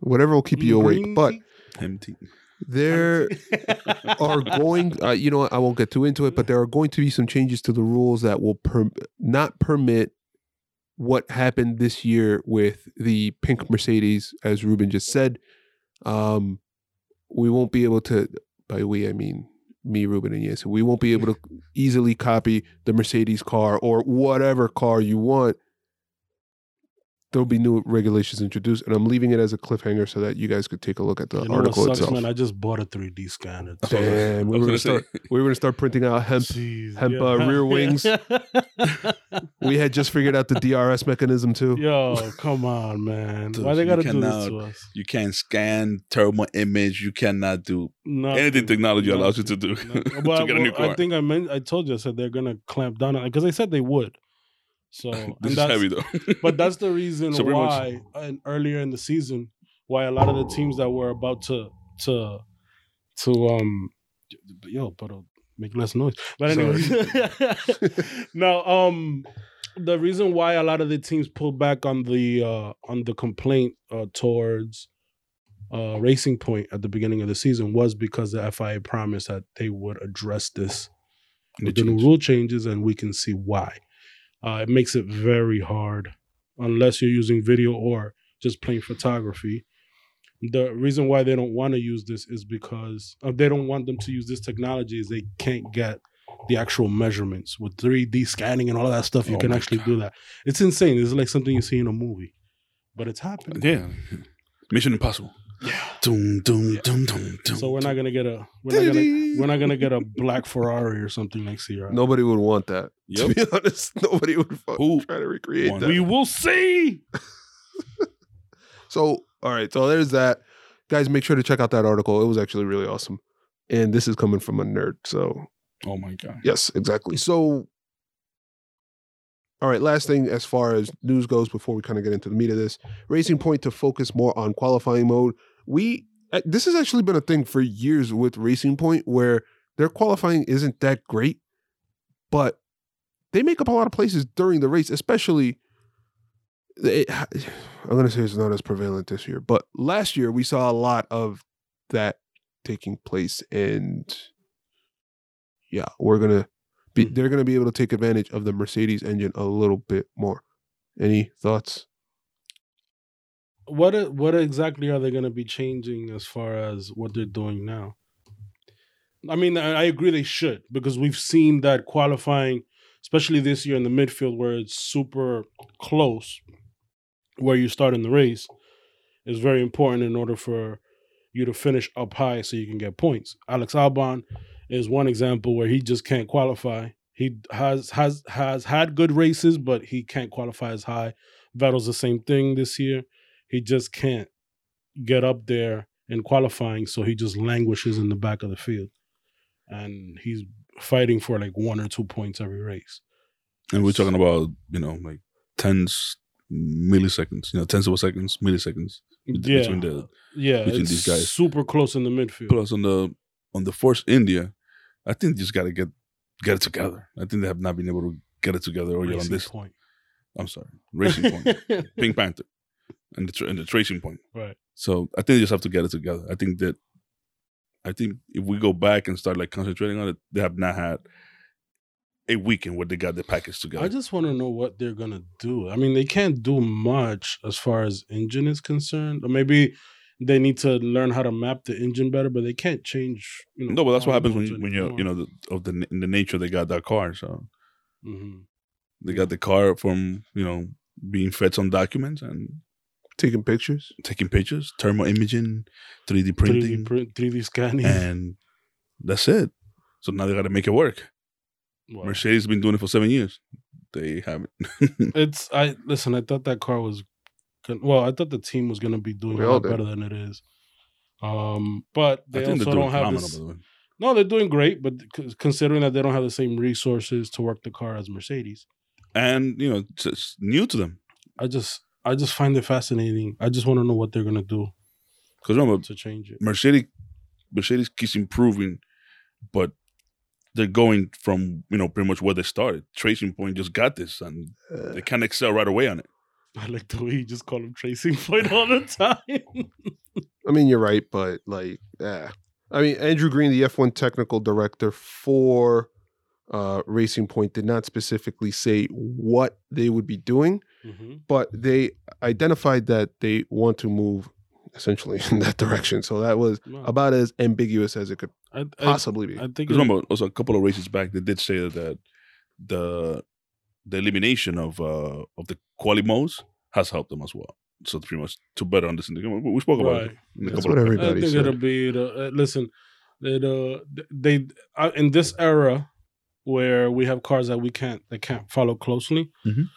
B: Whatever will keep you awake.
A: Green
B: But
A: tea?
C: Empty.
B: there are going uh, you know what, I won't get too into it, but there are going to be some changes to the rules that will per- not permit what happened this year with the pink Mercedes, as Ruben just said. Um, we won't be able to. By we, I mean me, Ruben, and Yancy. We won't be able to easily copy the Mercedes car or whatever car you want. There'll be new regulations introduced, and I'm leaving it as a cliffhanger so that you guys could take a look at the
A: You know what
B: article
A: sucks,
B: itself.
A: man? I just bought a 3D scanner.
C: what I was- I
B: Damn, we were
C: was gonna
B: gonna start.
C: say.
B: We were gonna start printing out hemp.
A: Jeez,
B: hemp, uh, rear wings. We had just figured out the DRS mechanism too.
A: Yo, come on, man.
C: Dude,
A: Why they
C: you
A: gotta do this
C: cannot-
A: to us?
C: You can't scan thermal image. You cannot do
A: Nothing.
C: anything technology allows you to
A: Nothing.
C: do
A: Nothing.
C: to
A: Well,
C: get a new
A: well, I
C: car.
A: think I meant. I told you. I said they're gonna clamp down on because they said they would. So and
C: This is
A: that's-
C: heavy though.
A: but that's the reason
C: So pretty much-
A: why and earlier in the season why a lot of the teams that were about to to to um yo but uh, make less noise but anyway now um the reason why a lot of the teams pulled back on the uh on the complaint uh towards uh racing point at the beginning of the season was because the FIA promised that they would address this with the new rule changes, and we can see why. Uh, it makes it very hard unless you're using video or just plain photography. The reason why they don't want to use this is because uh, they don't want them to use this technology is they can't get the actual measurements with 3D scanning and all of that stuff. You
C: Oh
A: can
C: my
A: actually
C: God.
A: do that. It's insane. It's like something you see in a movie, but it's happening.
C: Yeah. Mission Impossible.
A: Yeah.
C: Doom, doom,
A: Yeah.
C: doom, doom, doom.
A: So we're not gonna get a we're not gonna we're not gonna get a black Ferrari or something next year.
B: Nobody would want that.
C: Yep.
B: To be honest, nobody would fuck
C: Who
B: try to recreate
C: want
B: that.
A: We will see.
B: So, all right. So there's that. Guys, make sure to check out that article. It was actually really awesome. And this is coming from a nerd. So,
C: Oh my god.
B: yes, exactly. So, All right, last thing as far as news goes before we kind of get into the meat of this Racing Point to focus more on qualifying mode. We, uh, this has actually been a thing for years with Racing Point where their qualifying isn't that great, but they make up a lot of places during the race, especially. It, I'm going to say it's not as prevalent this year, but last year we saw a lot of that taking place. And yeah, we're going to be,
A: Hmm.
B: they're going to be able to take advantage of the Mercedes engine a little bit more. Any thoughts?
A: What e- what exactly are they going to be changing as far as what they're doing now? I mean, I I agree they should because we've seen that qualifying, especially this year in the midfield where it's super close, where you start in the race, is very important in order for you to finish up high so you can get points. Alex Albon is one example where he just can't qualify. He has has has had good races, but he can't qualify as high. Vettel's the same thing this year he just can't get up there in qualifying, so he just languishes in the back of the field, and he's fighting for like one or two points every race.
C: And we're talking about, you know, like tens, milliseconds, you know, tens of a seconds, milliseconds bet-
A: yeah,
C: between the
A: yeah,
C: between
A: it's
C: these guys.
A: super close in the midfield.
C: plus on the on the force India, I think they just gotta get get it together. I think they have not been able to get it together or you're on
A: Racing
C: this
A: point.
C: I'm sorry. Racing point. Pink Panther. And the tra- and the tracing point.
A: right?
C: So I think they just have to get it together. I think that I think if we go back and start like concentrating on it, they have not had a weekend where they got the package
A: I
C: together.
A: just want to know what they're gonna do. I mean, they can't do much as far as engine is concerned, or maybe. They need to learn how to map the engine better, but they can't change. You know,
C: no, but that's what happens when you, when you're you know the, of the na- the nature they got that car. So
A: hmm
C: They got the car from, you know, being fed some documents and
B: Taking pictures?
C: taking pictures, thermal imaging, 3D printing,
A: 3D print, 3D scanning.
C: and that's it. So now they got to make it work.
A: Wow.
C: Mercedes has been doing it for seven years. They haven't.
A: It's I listen. I thought that car was, gon- well, I thought the team was gonna be doing
B: We
A: a
B: all
A: lot
B: did.
A: better than it is. Um, but they also don't have this.
C: by the way.
A: No, they're doing great, but c- considering that they don't have the same resources to work the car as Mercedes,
C: And, you know, it's, it's new to them.
A: I just I just find it fascinating. I just want to know what they're gonna do
C: Because remember,
A: to change it.
C: Mercedes, Mercedes keeps improving, but they're going from, you know, pretty much where they started. Tracing Point just got this and
B: Uh,
C: they can't excel right away on it.
A: I like the way you just call him tracing point all the time.
B: I mean, you're right, but like, eh. I mean, Andrew Green, the F1 technical director for uh, Racing Point, did not specifically say what they would be doing,
A: Mhm.
B: but they identified that they want to move essentially in that direction. So that was
A: No,
B: about as ambiguous as it could
A: I, I,
B: possibly be.
A: I think
C: Because
A: it-
C: remember, also a couple of races back, they did say that the the elimination of uh, of the quali modes has helped them as well. So pretty much to better understand the game, we spoke about
A: right.
C: it. in a
B: That's
C: couple
B: what
C: of-
B: everybody-
A: I
B: that he
A: think
B: said.
A: it'll be the uh, listen. It, uh, they uh, in this era where we have cars that we can't that can't follow closely.
B: Mm-hmm.
C: Mhm.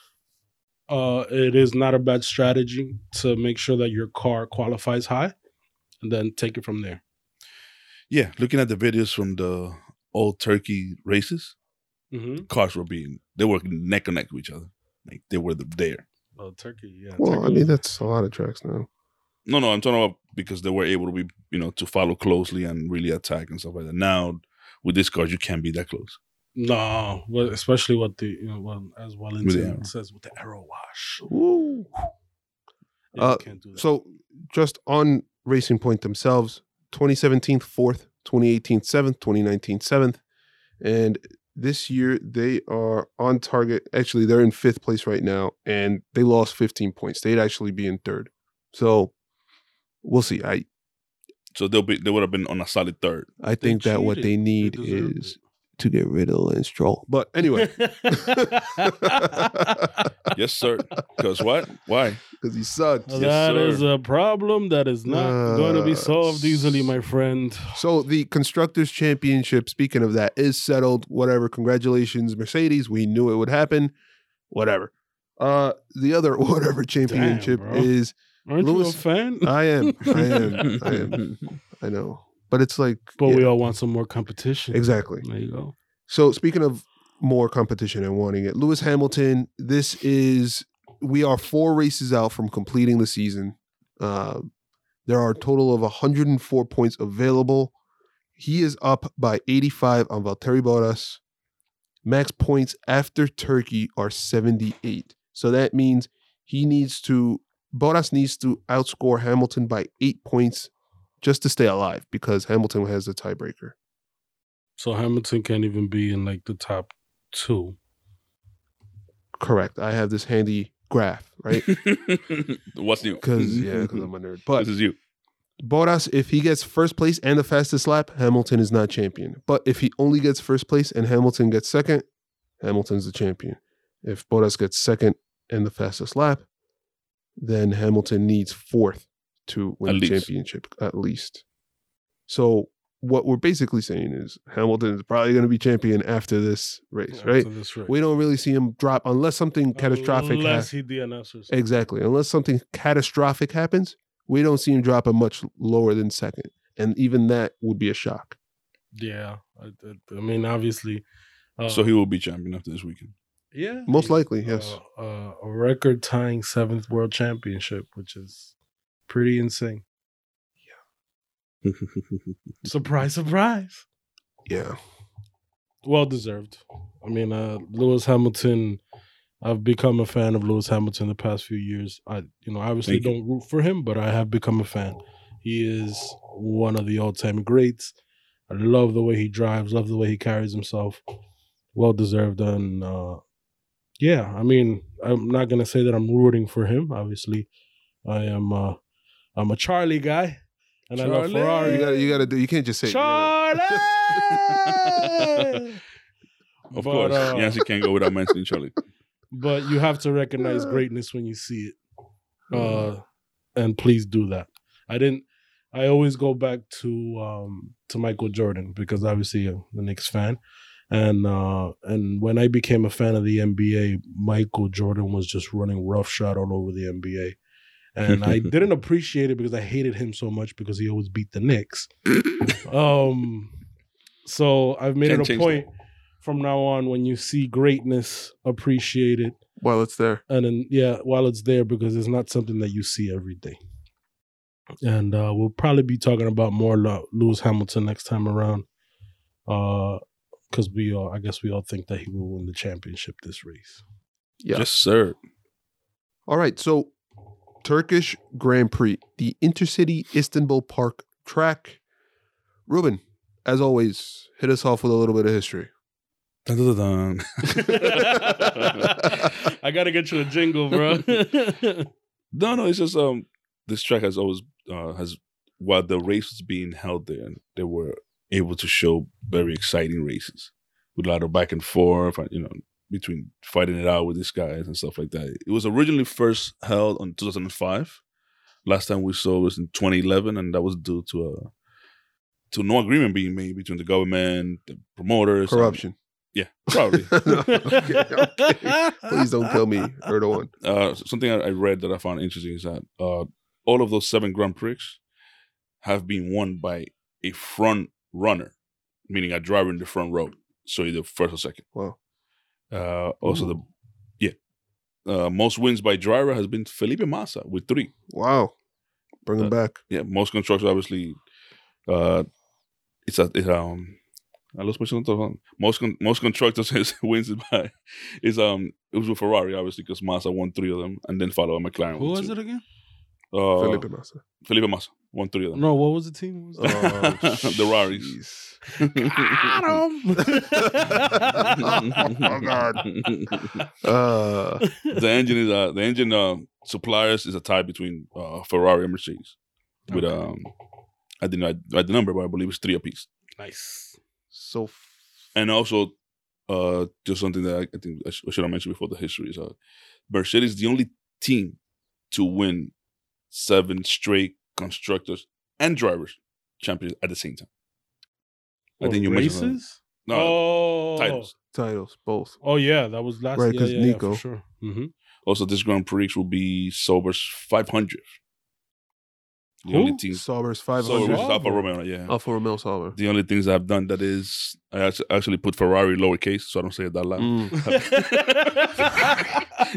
A: Uh, it is not a bad strategy to make sure that your car qualifies high, and then take it from there.
C: Yeah, looking at the videos from the old Turkey races,
A: Mm-hmm.
C: cars were being they were neck and neck with each other. Like they were there.
A: Well, Turkey, yeah.
B: well,
A: Turkey
B: I mean,
A: was-
B: that's a lot of tracks now.
C: No, no, I'm talking about because they were able to be you know to follow closely and really attack and stuff like that. Now with these cars, you can't be that close.
A: no, but especially what the you know, well, as
C: the
A: Wellington
C: arrow.
A: says with the arrow wash.
B: Uh,
A: you can't do that.
B: So, just on Racing Point themselves, 2017 fourth, 2018 seventh, 2019 seventh, and this year they are on target. Actually, they're in fifth place right now, and they lost 15 points. They'd actually be in third. So, we'll see. I
C: So they'll be they would have been on a solid third.
B: I
A: They
B: think that what
A: cheated.
B: they need
A: deserved
B: is to get Riddle and Stroll. But anyway,
A: it.
C: yes, sir. Because what? Why?
B: because he sucked.
C: Yes,
A: That is
C: sir.
A: a problem that is not going to be
B: Uh,
A: solved easily, my friend.
B: So the constructors championship, speaking of that, is settled. Whatever. Congratulations, Mercedes. We knew it would happen. Whatever. Uh the other whatever championship
A: bro.
B: is
A: Aren't
B: Lewis- uh,
A: you a fan?
B: I am. I am. I am. I know. But it's like
A: but
B: yeah,
A: we all want some more competition.
B: exactly.
A: There you go.
B: So speaking of more competition and wanting it. Lewis Hamilton, this is we are four races out from completing the season. Uh, there are a total of 104 points available. He is up by 85 on Valtteri Bottas. Max points after Turkey are 78. So that means he needs to Bottas needs to outscore Hamilton by eight points just to stay alive because Hamilton has the tiebreaker.
A: So Hamilton can't even be in like the top two.
B: Correct. I have this handy graph, right?
C: What's new?
B: Because yeah, because I'm a nerd. But
C: this is you.
B: Bottas, if he gets first place and the fastest lap, Hamilton is not champion. But if he only gets first place and Hamilton gets second, Hamilton's the champion. If Bottas gets second and the fastest lap, then Hamilton needs fourth to win
C: At
B: the
C: least.
B: championship at least. So what we're basically saying is Hamilton is probably going to be champion after this race, right?
A: After this race.
B: We don't really see him drop unless something catastrophic happens.
A: Unless he DNFs or something.
B: Exactly. Unless something catastrophic happens, we don't see him dropping much lower than second. And even that would be a shock.
A: Yeah. I, I- I mean, obviously. Uh,
C: So he will be champion after this weekend.
A: yeah,
B: Most
A: he-
B: likely, yes.
A: uh, uh, a record tying seventh world championship, which is pretty insane. Surprise, surprise.
B: Yeah.
A: Well deserved. I mean, uh, Lewis Hamilton. I've become a fan of Lewis Hamilton the past few years. I, you know, obviously
C: Thank you.
A: don't root for him, but I have become a fan. He is one of the all-time greats. I love the way he drives. Love the way he carries himself. Well deserved, and uh, yeah, I mean, I'm not gonna say that I'm rooting for him. Obviously, I am. Uh, I'm a Charlie guy, and I love
C: Charlie.
A: Ferrari.
B: You gotta you gotta do you can't just say it. You gotta-
A: Charlie. But,
C: Of course,
A: uh,
C: Yancy can't go without mentioning Charlie.
A: but you have to recognize greatness when you see it uh and please do that i didn't i always go back to um to michael jordan because obviously i'm the Knicks fan and uh and when i became a fan of the nba michael jordan was just running roughshod all over the nba and I didn't appreciate it because I hated him so much because he always beat the Knicks. um, so I've made
C: Can't
A: it a
C: change
A: point from now on when you see greatness, appreciate it,
B: While it's there.
A: and then yeah, while it's there because it's not something that you see every day. And uh, we'll probably be talking about more Lo- Lewis Hamilton next time around, because we all, I guess, we all think that he will win the championship this race.
B: Yeah.
C: Yes, sir.
B: All right. So Turkish Grand Prix, the Intercity Istanbul Park track. Ruben, as always, hit us off with a little bit of history.
C: Dun, dun, dun, dun.
A: I gotta get you a jingle, bro.
C: No, no, it's just um this track has always uh has while the race was being held there, they were able to show very exciting races with a lot of back and forth, and, you know, between fighting it out with these guys and stuff like that. It was originally first held on 2005. Last time we saw was in 2011, and that was due to a to no agreement being made between the government, the promoters, and-
B: Corruption.
C: yeah, probably.
B: No, okay, okay. Please don't kill me, Erdogan.
C: uh, something I, I read that I found interesting is that uh, all of those seven Grand Prix have been won by a front runner, meaning a driver in the front row, so either first or second.
B: Wow.
C: Uh, also, the yeah, uh, most wins by driver has been Felipe Massa with three.
B: Wow. Bring him
C: Uh,
B: back.
C: Yeah, most constructors obviously. Uh, it's a it's um. I lost my train of thought. Most con- most constructors is, wins it by is um it was with Ferrari obviously because Massa won three of them and then followed by McLaren.
A: Who
C: with
A: was
C: two.
A: it again?
C: Uh, Felipe.
B: Felipe Massa.
C: Massa won three of them.
A: No, what was the team? What was the-
B: Oh.
C: the Raris.
B: jeez.
C: oh
B: God. Uh,
C: the engine is uh, the engine uh, suppliers is a tie between uh, Ferrari and Mercedes. With
A: Okay.
C: um, I did not write the number, but I believe it's three apiece.
A: nice.
B: so f-
C: And also, uh, just something that I, I think I, sh- I should have mentioned before the history is uh, Mercedes is the only team to win seven straight constructors and drivers champions at the same time. I think you mentioned that.
A: races.
C: No,
A: oh.
C: titles.
B: titles, both.
A: Oh yeah, that was last
B: Right,
A: year.
B: 'cause
A: yeah, yeah,
B: Nico.
A: for sure.
C: Mm-hmm.
A: Mhm.
C: Also, this Grand Prix will be Sauber's 500th. The
A: Who?
C: only things.
B: Sauber's
C: So
B: 500.
C: it was Alfa Romeo, yeah.
B: Alfa Romeo Sauber.
C: The only things I've done that is I act- actually put Ferrari lowercase, so I don't say it that loud.
B: Mm.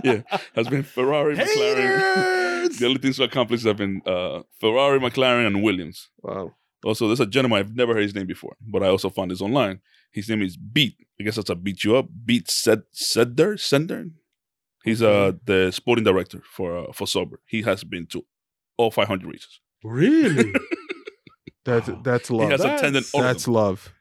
C: yeah, has been Ferrari, McLaren.
B: Haters!
C: the only things I accomplished have been uh, Ferrari, McLaren, and Williams.
B: Wow.
C: Also, there's a gentleman I've never heard his name before, but I also found this online. His name is Beat. I guess that's a beat you up. Beat Sed- Sender. Sender. He's uh the sporting director for uh, for Sauber. He has been to all 500 races.
D: Really?
B: That's that's
C: He has
B: love.
C: attended all
B: That's
C: of
B: love.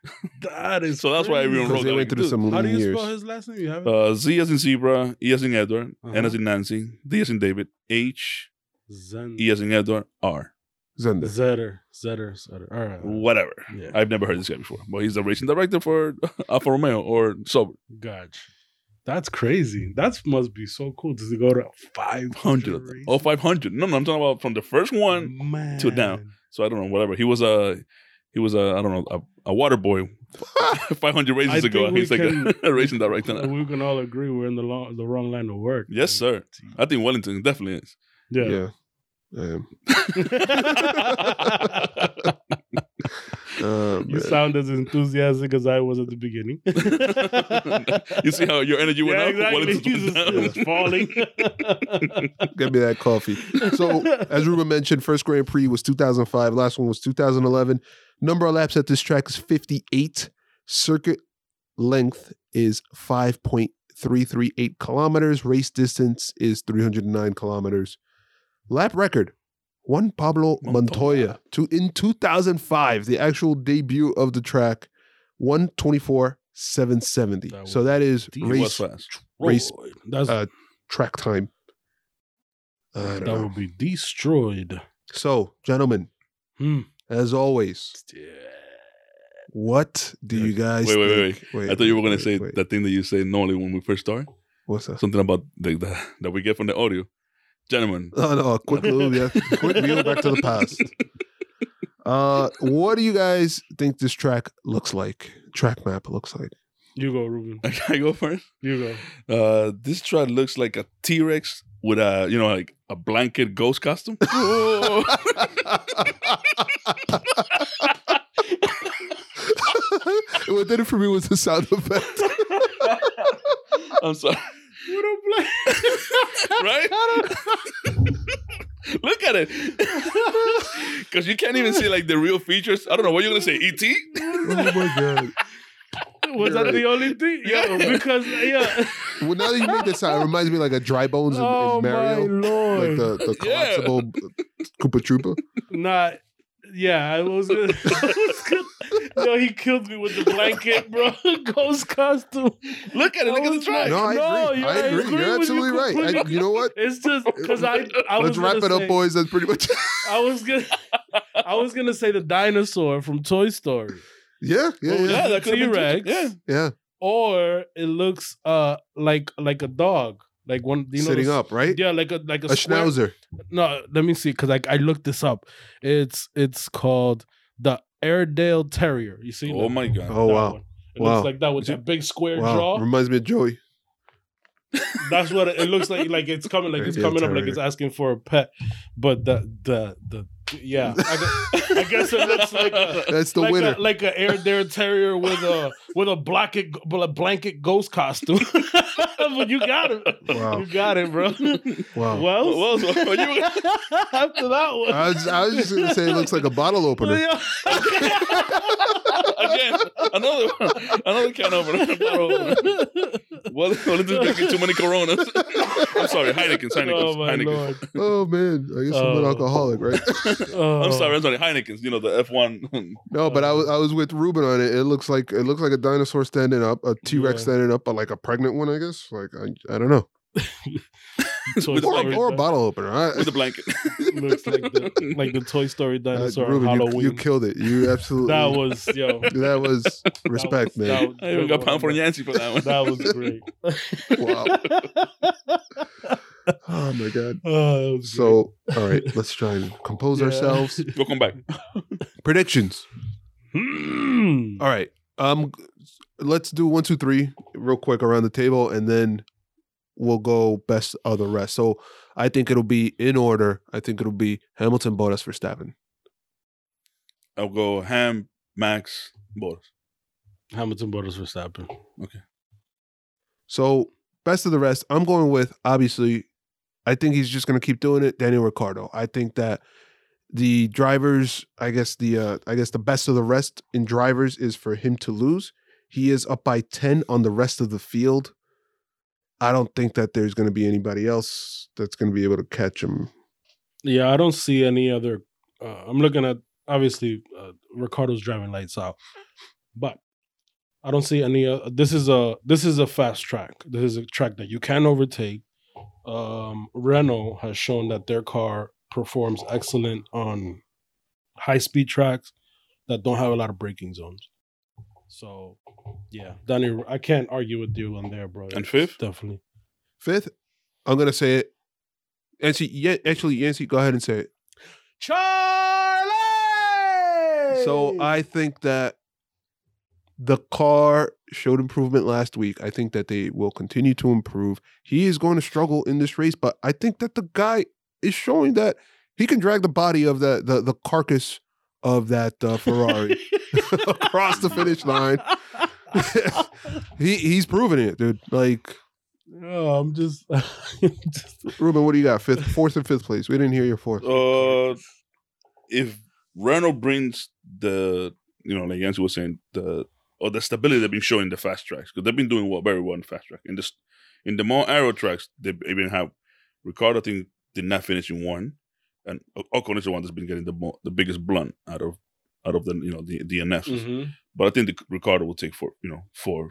D: that is
C: So that's why everyone
D: crazy.
B: Because they
C: that
B: went
C: like
B: through
C: this.
B: some
D: How do
B: lean
D: you
B: years.
D: spell his last name? You have
C: them.
D: it?
C: Uh, Z as in zebra, E as in Edward, N
A: Uh-huh.
C: as in Nancy, D as in David, H,
A: Zen.
C: E as in Edward, R.
B: Zender.
A: Zetter. Zetter. Zetter. All right. all right.
C: Whatever.
A: Yeah.
C: I've never heard this guy before, but he's the racing director for Alfa Romeo or Sauber.
A: Gotcha.
D: That's crazy. That must be so cool to go to
C: 500 of
D: 500.
C: them. Oh, 500. No, no, I'm talking about from the first one
A: Man.
C: to now. So I don't know, whatever. He was a, he was a, I don't know, a, a water boy. Five hundred
A: I
C: races
A: think
C: ago,
A: we
C: he's like
A: can-
C: a, a racing director. now.
A: We can all agree we're in the, long, the wrong line of work.
C: Yes, sir. I think Wellington definitely is.
A: Yeah.
B: Yeah. Um, uh,
A: You
B: man.
A: sound as enthusiastic as I was at the beginning.
C: you see how your energy went
A: yeah,
C: up,
A: exactly. He's
C: Wellington's went
A: just-
C: down.
A: he's falling.
B: Get me that coffee. So, as Ruben mentioned, first Grand Prix was 2005. Last one was 2011. Number of laps at this track is 58. Circuit length is 5.338 kilometers. Race distance is 309 kilometers. Lap record. Juan Pablo Montoya to in 2005, the actual debut of the track, 124,770.
A: That
B: so that is
C: He was
B: race
C: fast.
B: race-
C: Roy.
A: Oh, That's, uh,
B: Uh, track time. I don't
A: that
B: know.
A: would be destroyed.
B: So, gentlemen,
A: Hmm.
B: as always, what do you guys
C: Wait, wait, wait,
B: think- wait,
C: I thought you were gonna
B: wait,
C: say
B: wait.
C: that thing that you say normally when we first start.
B: What's that?
C: Something about the, the, that we get from the audio, gentlemen.
B: Oh no, a quick little yeah, quick wheel back to the past. Uh what do you guys think this track looks like? Track map looks like.
A: You go, Ruben.
C: Can I go first?
A: You go.
C: Uh, this truck looks like a T Rex with a you know like a blanket ghost costume. Whoa.
B: what did it for me was the sound effect.
C: I'm sorry. What a blanket, right? Look at it, because you can't even see like the real features. I don't know what you're gonna say. E Et?
B: oh my god.
A: Was that the only thing? Yeah,
C: Yeah.
A: because yeah.
B: Well, now that you made that sound, it reminds me like a dry bones in, in
A: oh
B: Mario.
A: my lord!
B: like the, the
C: Yeah.
B: collapsible Koopa Troopa.
A: Not. Yeah, I was gonna. I was gonna- Yo, he killed me with the blanket, bro. Ghost costume.
C: Look at it. Look at the
A: I
C: truck.
B: No, I
A: know,
B: agree.
A: you-
B: I
A: I
B: agree.
A: agree with
B: You're
A: you
B: absolutely right. I,
A: completely.
B: you know what?
A: It's just because I. I was
B: Let's wrap it
A: gonna
B: up,
A: say-
B: boys. That's pretty much.
A: I was gonna. I was gonna say the dinosaur from Toy Story,
B: yeah,
A: Oh,
B: yeah, yeah,
C: Yeah, that could have been
A: T-Rex.
C: Yeah.
B: yeah.
A: or it looks uh like like a dog, like one you know,
B: Sitting
A: the-
B: up, right?
A: Yeah, like a like a,
B: a
A: square-
B: schnauzer.
A: No, let me see because I I looked this up. It's it's called the Airedale Terrier. You see?
C: Oh
A: Look,
C: my god.
B: Oh
A: that
B: wow,
A: one. It
B: Wow.
A: looks like that with
C: See?
A: that big square
B: wow.
A: jaw.
B: Reminds me of Joey.
A: That's what it, it looks like. Like it's coming, like it's
B: Airedale
A: coming up, like it's asking for a pet. But the the the yeah, I, gu- I guess it looks like a,
B: That's the
A: like
B: winner.
A: a, like a Airedale Terrier with a with a blanket with a blanket ghost costume. but you got it.
B: Wow,
A: You got it, bro.
B: wow.
A: Well,
C: Well, so- you were-
A: after that one.
B: I was, I was just gonna say it looks like a bottle opener.
C: Again, another another can opener. Bottle opener. Well, well, drinking too many Coronas. I'm sorry, Heineken's, Heineken's,
A: Oh my
C: Heineken's.
A: lord!
B: Oh man, I guess I'm an
A: Oh.
B: alcoholic, right?
C: I'm sorry, I'm sorry, Heineken's. You know the F1.
B: No, but
A: Oh.
B: I was I was with Ruben on it. It looks like it looks like a dinosaur standing up, a T Rex
A: Yeah.
B: standing up, but like a pregnant one, I guess. Like I, I don't know,
A: Toy
C: With the
B: or,
A: Story
C: blanket.
B: or a
A: di-
B: bottle opener. I,
C: With the blanket.
A: looks like the, like the Toy Story
B: Uh,
A: dinosaur on
B: Ruben, you-
A: Halloween.
B: You, killed it. You absolutely.
A: that was yo. that
B: that was respect,
A: was-
B: man.
A: was
C: I even
A: good
C: got
A: one.
C: pound for Yancy for that one.
A: That was great.
B: Wow. Oh my god.
A: Oh, that was great.
B: So, all right, let's try and compose
A: Yeah.
B: ourselves.
C: Welcome back.
B: Predictions.
A: Hmm.
B: All right. Um, let's do one, two, three, real quick around the table, and then will go best of the rest. So I think it'll be in order. I think it'll be Hamilton, Bottas, Verstappen.
C: I'll go Ham, Max, Bottas.
A: Hamilton, Bottas, Verstappen.
B: So best of the rest, I'm going with obviously. I think he's just going to keep doing it, Daniel Ricciardo. I think that the drivers, I guess the uh, I guess the best of the rest in drivers is for him to lose. He is up by ten on the rest of the field. I don't think that there's going to be anybody else that's going to be able to catch him.
A: Yeah, I don't see any other. Uh, I'm looking at obviously uh, Ricardo's driving lights out, but I don't see any. Uh, this is a this is a fast track. This is a track that you can overtake. Um, Renault has shown that their car performs excellent on high speed tracks that don't have a lot of braking zones. So, yeah, Danny, I can't argue with you on there, bro.
C: And fifth?
A: definitely.
B: Fifth, I'm going to say it. Yancy, yeah, actually, Yancy, go ahead and say it.
A: Charlie.
B: So I think that the car showed improvement last week. I think that they will continue to improve. He is going to struggle in this race, but I think that the guy is showing that he can drag the body of the the, the carcass of that uh, Ferrari across the finish line. he he's proven it, dude. Like
A: No, Oh, I'm just, I'm just-
B: Ruben, what do you got? Fifth, fourth, and fifth place. We didn't hear your fourth.
C: Uh, if Renault brings the, you know, like Yancy was saying, the or the stability they've been showing in the fast tracks because they've been doing well, very well in fast track. In this, in the more arrow tracks, they even have Ricardo. I think did not finish in one, and O- Ocon is the one that's been getting the more, the biggest blunt out of out of the you know the DNFs.
A: Mhm.
C: But I think the, Ricardo will take four, you know, four.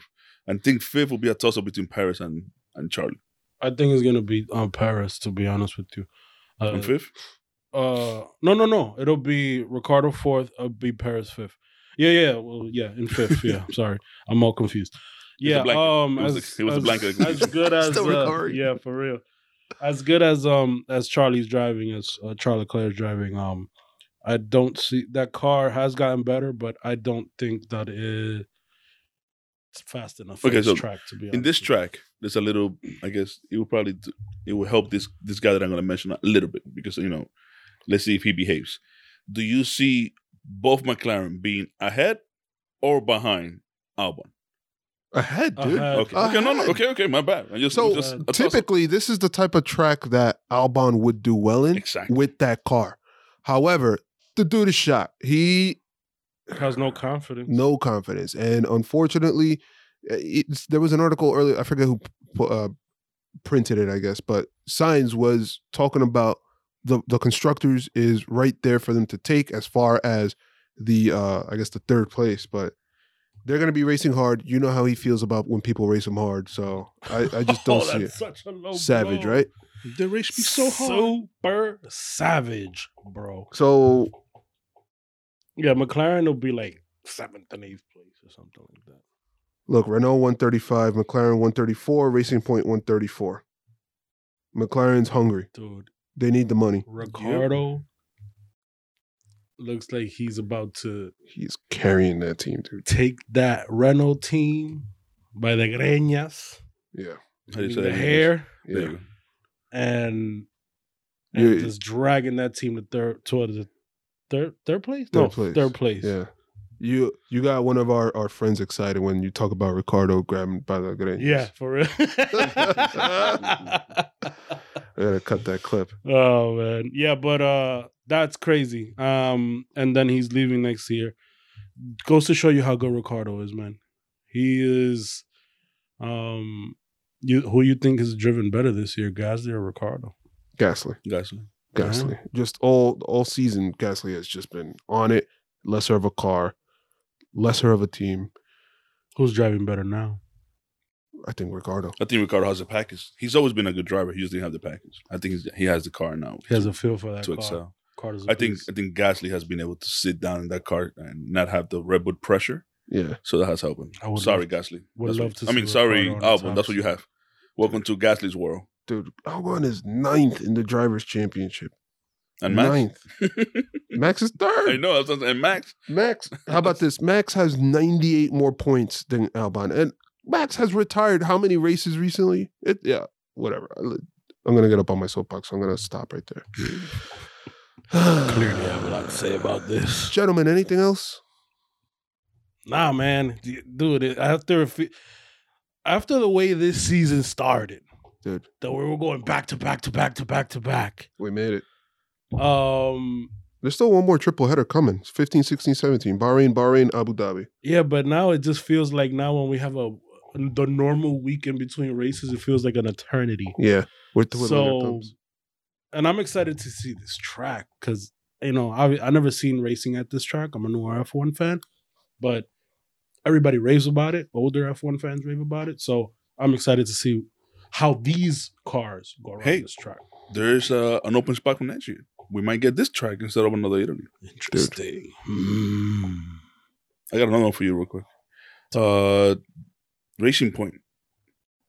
C: And I think fifth will be a toss up between Paris and and Charlie.
A: I think it's gonna be on Paris. To be honest with you, uh,
C: and fifth,
A: uh, no, no, no. It'll be Ricardo fourth. It'll be Paris fifth. Yeah, yeah. Well, yeah, in fifth. Yeah, sorry, I'm all confused.
C: was a
A: Yeah,
C: blanket.
A: um,
C: It was
A: as,
C: a- it was a
A: as-
C: blanket.
A: As good as
B: Still
A: uh,
B: recovering.
A: yeah, for real. As good as um as Charlie's driving, as uh, Charlie Claire's driving, um, I don't see that car has gotten better, but I don't think that it- it's fast enough.
C: Okay,
A: for this
C: so
A: track to be
C: in
A: honest
C: this
A: with you.
C: track, there's a little. I guess it will probably do, it will help this this guy that I'm going to mention a little bit because you know, let's see if he behaves. Do you see both McLaren being ahead or behind Albon?
B: Ahead,
C: uh,
B: dude.
A: Ahead.
C: Okay, okay, no, no, okay, okay, my bad. I just,
B: So,
C: just a toss-up.
B: Typically, this is the type of track that Albon would do well in.
C: exactly.
B: with that car. However, the dude is shot. He
A: has no confidence.
B: no confidence, and unfortunately, uh, it's, there was an article earlier. I forget who p- pu- uh, printed it, I guess, but Signs was talking about the the constructors is right there for them to take as far as the uh I guess the third place, but. They're going to be racing hard. You know how he feels about when people race him hard. So I, I just don't
A: Oh,
B: see it.
A: that's Such a low
B: Savage,
A: blow.
B: right?
C: The race be so hard.
A: Super savage, bro.
B: So
A: Yeah, McLaren will be like seventh and eighth place or something like that.
B: Look, Renault 135, McLaren 134, Racing Point 134. McLaren's hungry.
A: Dude,
B: They need the money.
A: Ricardo looks like he's about to
B: He's carrying that team, dude.
A: take that Renault team by the greñas,
B: Yeah.
C: How do you
A: the
C: say that in English?
A: hair,
C: There you
B: Yeah.
C: go.
A: and, and
B: You-
A: just dragging that team to third toward the third third place.
B: Third
A: no,
B: place.
A: third place.
B: Yeah. You you got one of our, our friends excited when you talk about Ricardo grabbing by the great.
A: Yeah, for real.
B: I gotta cut that clip.
A: oh man. Yeah, but uh that's crazy. Um and then he's leaving next year. Goes to show you how good Ricardo is, man. He is um you who you think has driven better this year, Gasly or Ricardo?
B: Gasly.
C: Guys,
B: Gasly. Just all all season, Gasly has just been on it. Lesser of a car, lesser of a team.
A: Who's driving better now?
B: I think Ricardo.
C: I think Ricardo has the package. He's always been a good driver. He just didn't have the package. I think he's, he has the car now
A: He has a feel for that
C: to
D: uh,
A: car.
C: excel.
A: Ricardo's a
C: I think
A: beast.
C: I think Gasly has been able to sit down in that car and not have the redwood pressure,
B: Yeah.
C: so that has helped him.
A: I would
C: Sorry,
A: love-
C: Gasly.
A: would
C: That's
A: love
C: what-
A: to
C: I
A: see
C: mean, sorry,
A: Ricardo on the
C: Albon.
A: top
C: That's what you have. Welcome to Gasly's world.
B: Dude, Albon is ninth in the drivers' championship.
C: And Max,
B: Ninth. Max is
C: I
B: third.
C: know. that's what- And Max,
B: Max, how about this? Max has 98 more points than Albon. And Max has retired how many races recently? It, yeah, whatever. I'm gonna get up on my soapbox. I'm gonna stop right there.
D: Clearly, I have a lot to say about this.
B: Gentlemen, anything else?
A: Nah, man, D- dude. it- After a fe- after the way this season started,
B: Dude.
A: that we were going back to back to back to back to back.
B: We made it.
A: Um,
B: There's still one more triple header coming. It's 15, 16, 17. Bahrain, Bahrain, Abu Dhabi.
A: yeah, but now it just feels like now when we have a the normal week in between races, it feels like an eternity.
B: Yeah. We're twiddling our
A: So,
B: thumbs.
A: and I'm excited to see this track because you know I I never seen racing at this track. I'm a new F1 fan, but everybody raves about it. Older F1 fans rave about it. So I'm excited to see how these cars go around
C: Hey.
A: this track.
C: There's uh, an open spot for next year. We might get this track instead of another Italy.
A: Interesting. Hmm.
C: I got another one for you real quick. Uh, Racing Point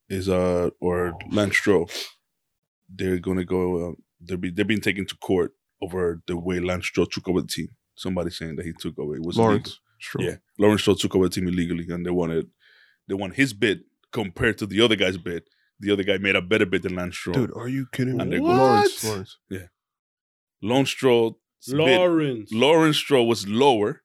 C: is uh or Lance Stroll. They're gonna go. Uh, they're be, they're being taken to court over the way Lance Stroll took over the team. Somebody saying that he took over. It was
B: Lawrence.
C: illegal. Yeah, Lawrence Stroll took over the team illegally, and they wanted they want his bid compared to the other guy's bid. The other guy made a better bid than Lance Stroll.
B: Dude, are you kidding
C: And
B: me?
C: they go-
B: Lawrence,
A: What?
B: Lawrence.
C: Lawrence Stroll.
A: Lawrence.
C: Lawrence Stroll was lower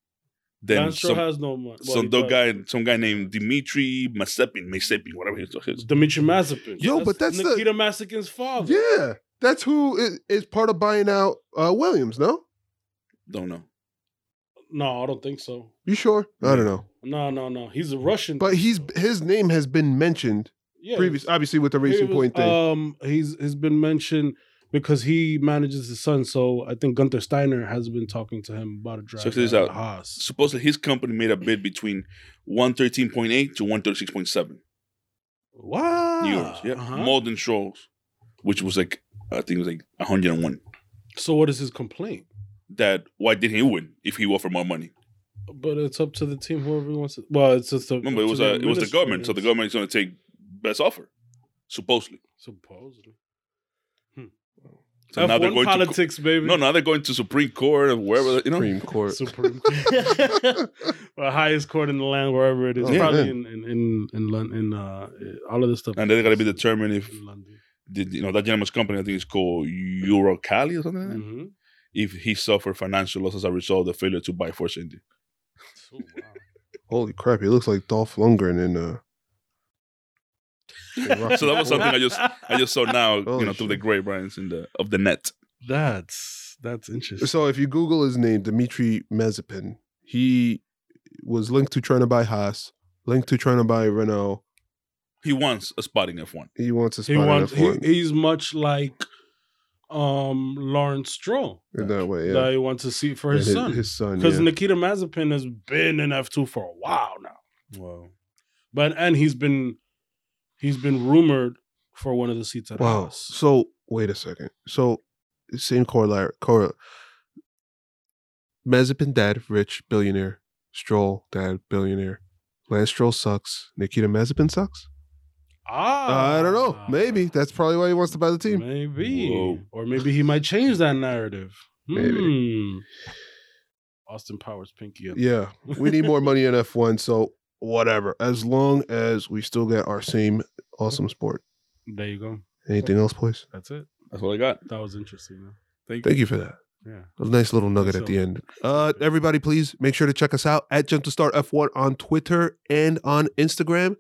C: than
A: Lance Stroll
C: some
A: has no money. Well,
C: some
A: he
C: dog
A: does.
C: guy, some guy named Dimitri Masepin, Masepin, whatever his name is.
A: Dimitri Mazepin.
B: Yo, but that's the-
A: Nikita Masekin's father.
B: Yeah. That's who is, is part of buying out uh, Williams, no?
C: Don't know.
A: No, I don't think so.
B: You sure? I don't know.
A: No, no, no. He's a Russian.
B: But he's his name has been mentioned
A: yeah,
B: previous obviously with the
A: He
B: racing
A: was,
B: point thing.
A: Um, he's he's been mentioned because he manages his son. So I think Gunther Steiner has been talking to him about a drive.
C: check this
A: at
C: out.
A: Haas.
C: Supposedly his company made a bid between one thirteen point eight to one thirty six point seven
A: Wow.
C: euros. Yeah,
A: Uh-huh.
C: more than Stroll's, which was like I think it was like one hundred and one.
A: so what is his complaint?
C: That why did he win if he offered more money?
A: But it's up to the team whoever wants to. Well, it's just a,
C: Remember, it
A: up
C: was
A: to
C: uh, it was the government, so the
A: administrators.
C: government's going to take best offer, supposedly.
A: supposedly.
C: So now they're
A: F1
C: going to
A: politics,
C: co-
A: baby.
C: no, now they're going to Supreme Court or wherever you know.
B: Supreme Court.
A: Supreme Court. or highest court in the land, wherever it is.
B: Oh, yeah.
A: Probably in in in in, Lon- in uh, all of this stuff.
C: And they're gonna be determined if-
A: In London.
C: Did, you know that gentleman's company? I think it's called Eurocali or something. Like that.
A: Mhm.
C: if he suffered financial loss as a result of failure to buy Force India.
A: Oh, wow.
B: Holy crap, he looks like Dolph Lundgren in uh in Rocky
C: So that was
B: Four.
C: something I just- I just saw now,
B: Holy
C: you know, through the
B: shit.
C: grapevines in the of the net.
A: That's that's interesting.
B: So if you Google his name, Dmitry Mazepin, he was linked to trying to buy Haas, linked to trying to buy Renault.
C: He wants a spot in F one.
B: He wants to spot
A: he wants.
B: in, F1
A: He, he's much like um Lawrence Stroll.
B: in that way. Yeah.
A: That he wants to see for his
B: Yeah,
A: son.
B: His son.
A: Because
B: yeah.
A: Nikita Mazepin has been in F two for a while now,
C: Wow.
A: but and he's been he's been rumored for one of the seats at
B: Wow.
A: Haas.
B: So wait a second. So same corollary. Cor- Mazepin dad, rich billionaire. Stroll dad, billionaire. Lance Stroll sucks. Nikita Mazepin sucks.
A: Ah,
B: I don't know. Maybe that's probably why he wants to buy the team.
A: Maybe,
C: Whoa.
A: or maybe he might change that narrative.
B: Maybe.
A: Hmm. Austin Powers, pinky up.
B: Yeah, we need more money in F1. So whatever, as long as we still get our same awesome sport.
A: There you go.
B: Anything else, please?
A: That's it.
C: That's what I got.
A: That was interesting. Man.
B: Thank you for that.
A: Yeah.
B: A nice little nugget
A: So-
B: at the end. Uh, everybody, please make sure to check us out at Jump to Start F1 on Twitter and on Instagram.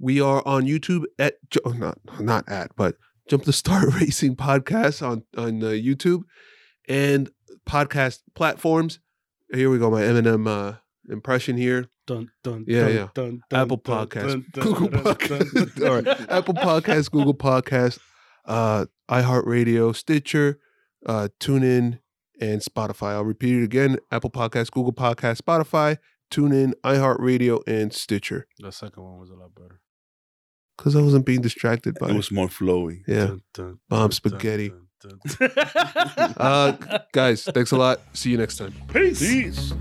B: We are on YouTube at Ju- oh, not not at but Jump to Start Racing Podcast on on uh, YouTube and podcast platforms. Here we go, my Eminem uh, impression here.
A: Dun, dun,
B: Yeah,
A: dun,
B: yeah.
A: Dun, dun,
B: Apple
A: dun,
B: Podcasts,
A: dun, dun,
B: Google
A: dun,
B: Podcasts.
A: dun,
B: All right.
A: dun.
B: Apple Podcast, Google Podcast, uh, iHeartRadio, Stitcher, uh, TuneIn, and Spotify. I'll repeat it again: Apple Podcast, Google Podcast, Spotify, TuneIn, iHeartRadio, and Stitcher.
A: The second one was a lot better.
B: Because I wasn't being distracted by
C: It was more flowy.
B: yeah,
A: Dun, dun,
B: bomb
A: dun,
B: spaghetti.
A: dun, dun, dun.
B: Uh, guys, thanks a lot. See you next time.
C: Peace.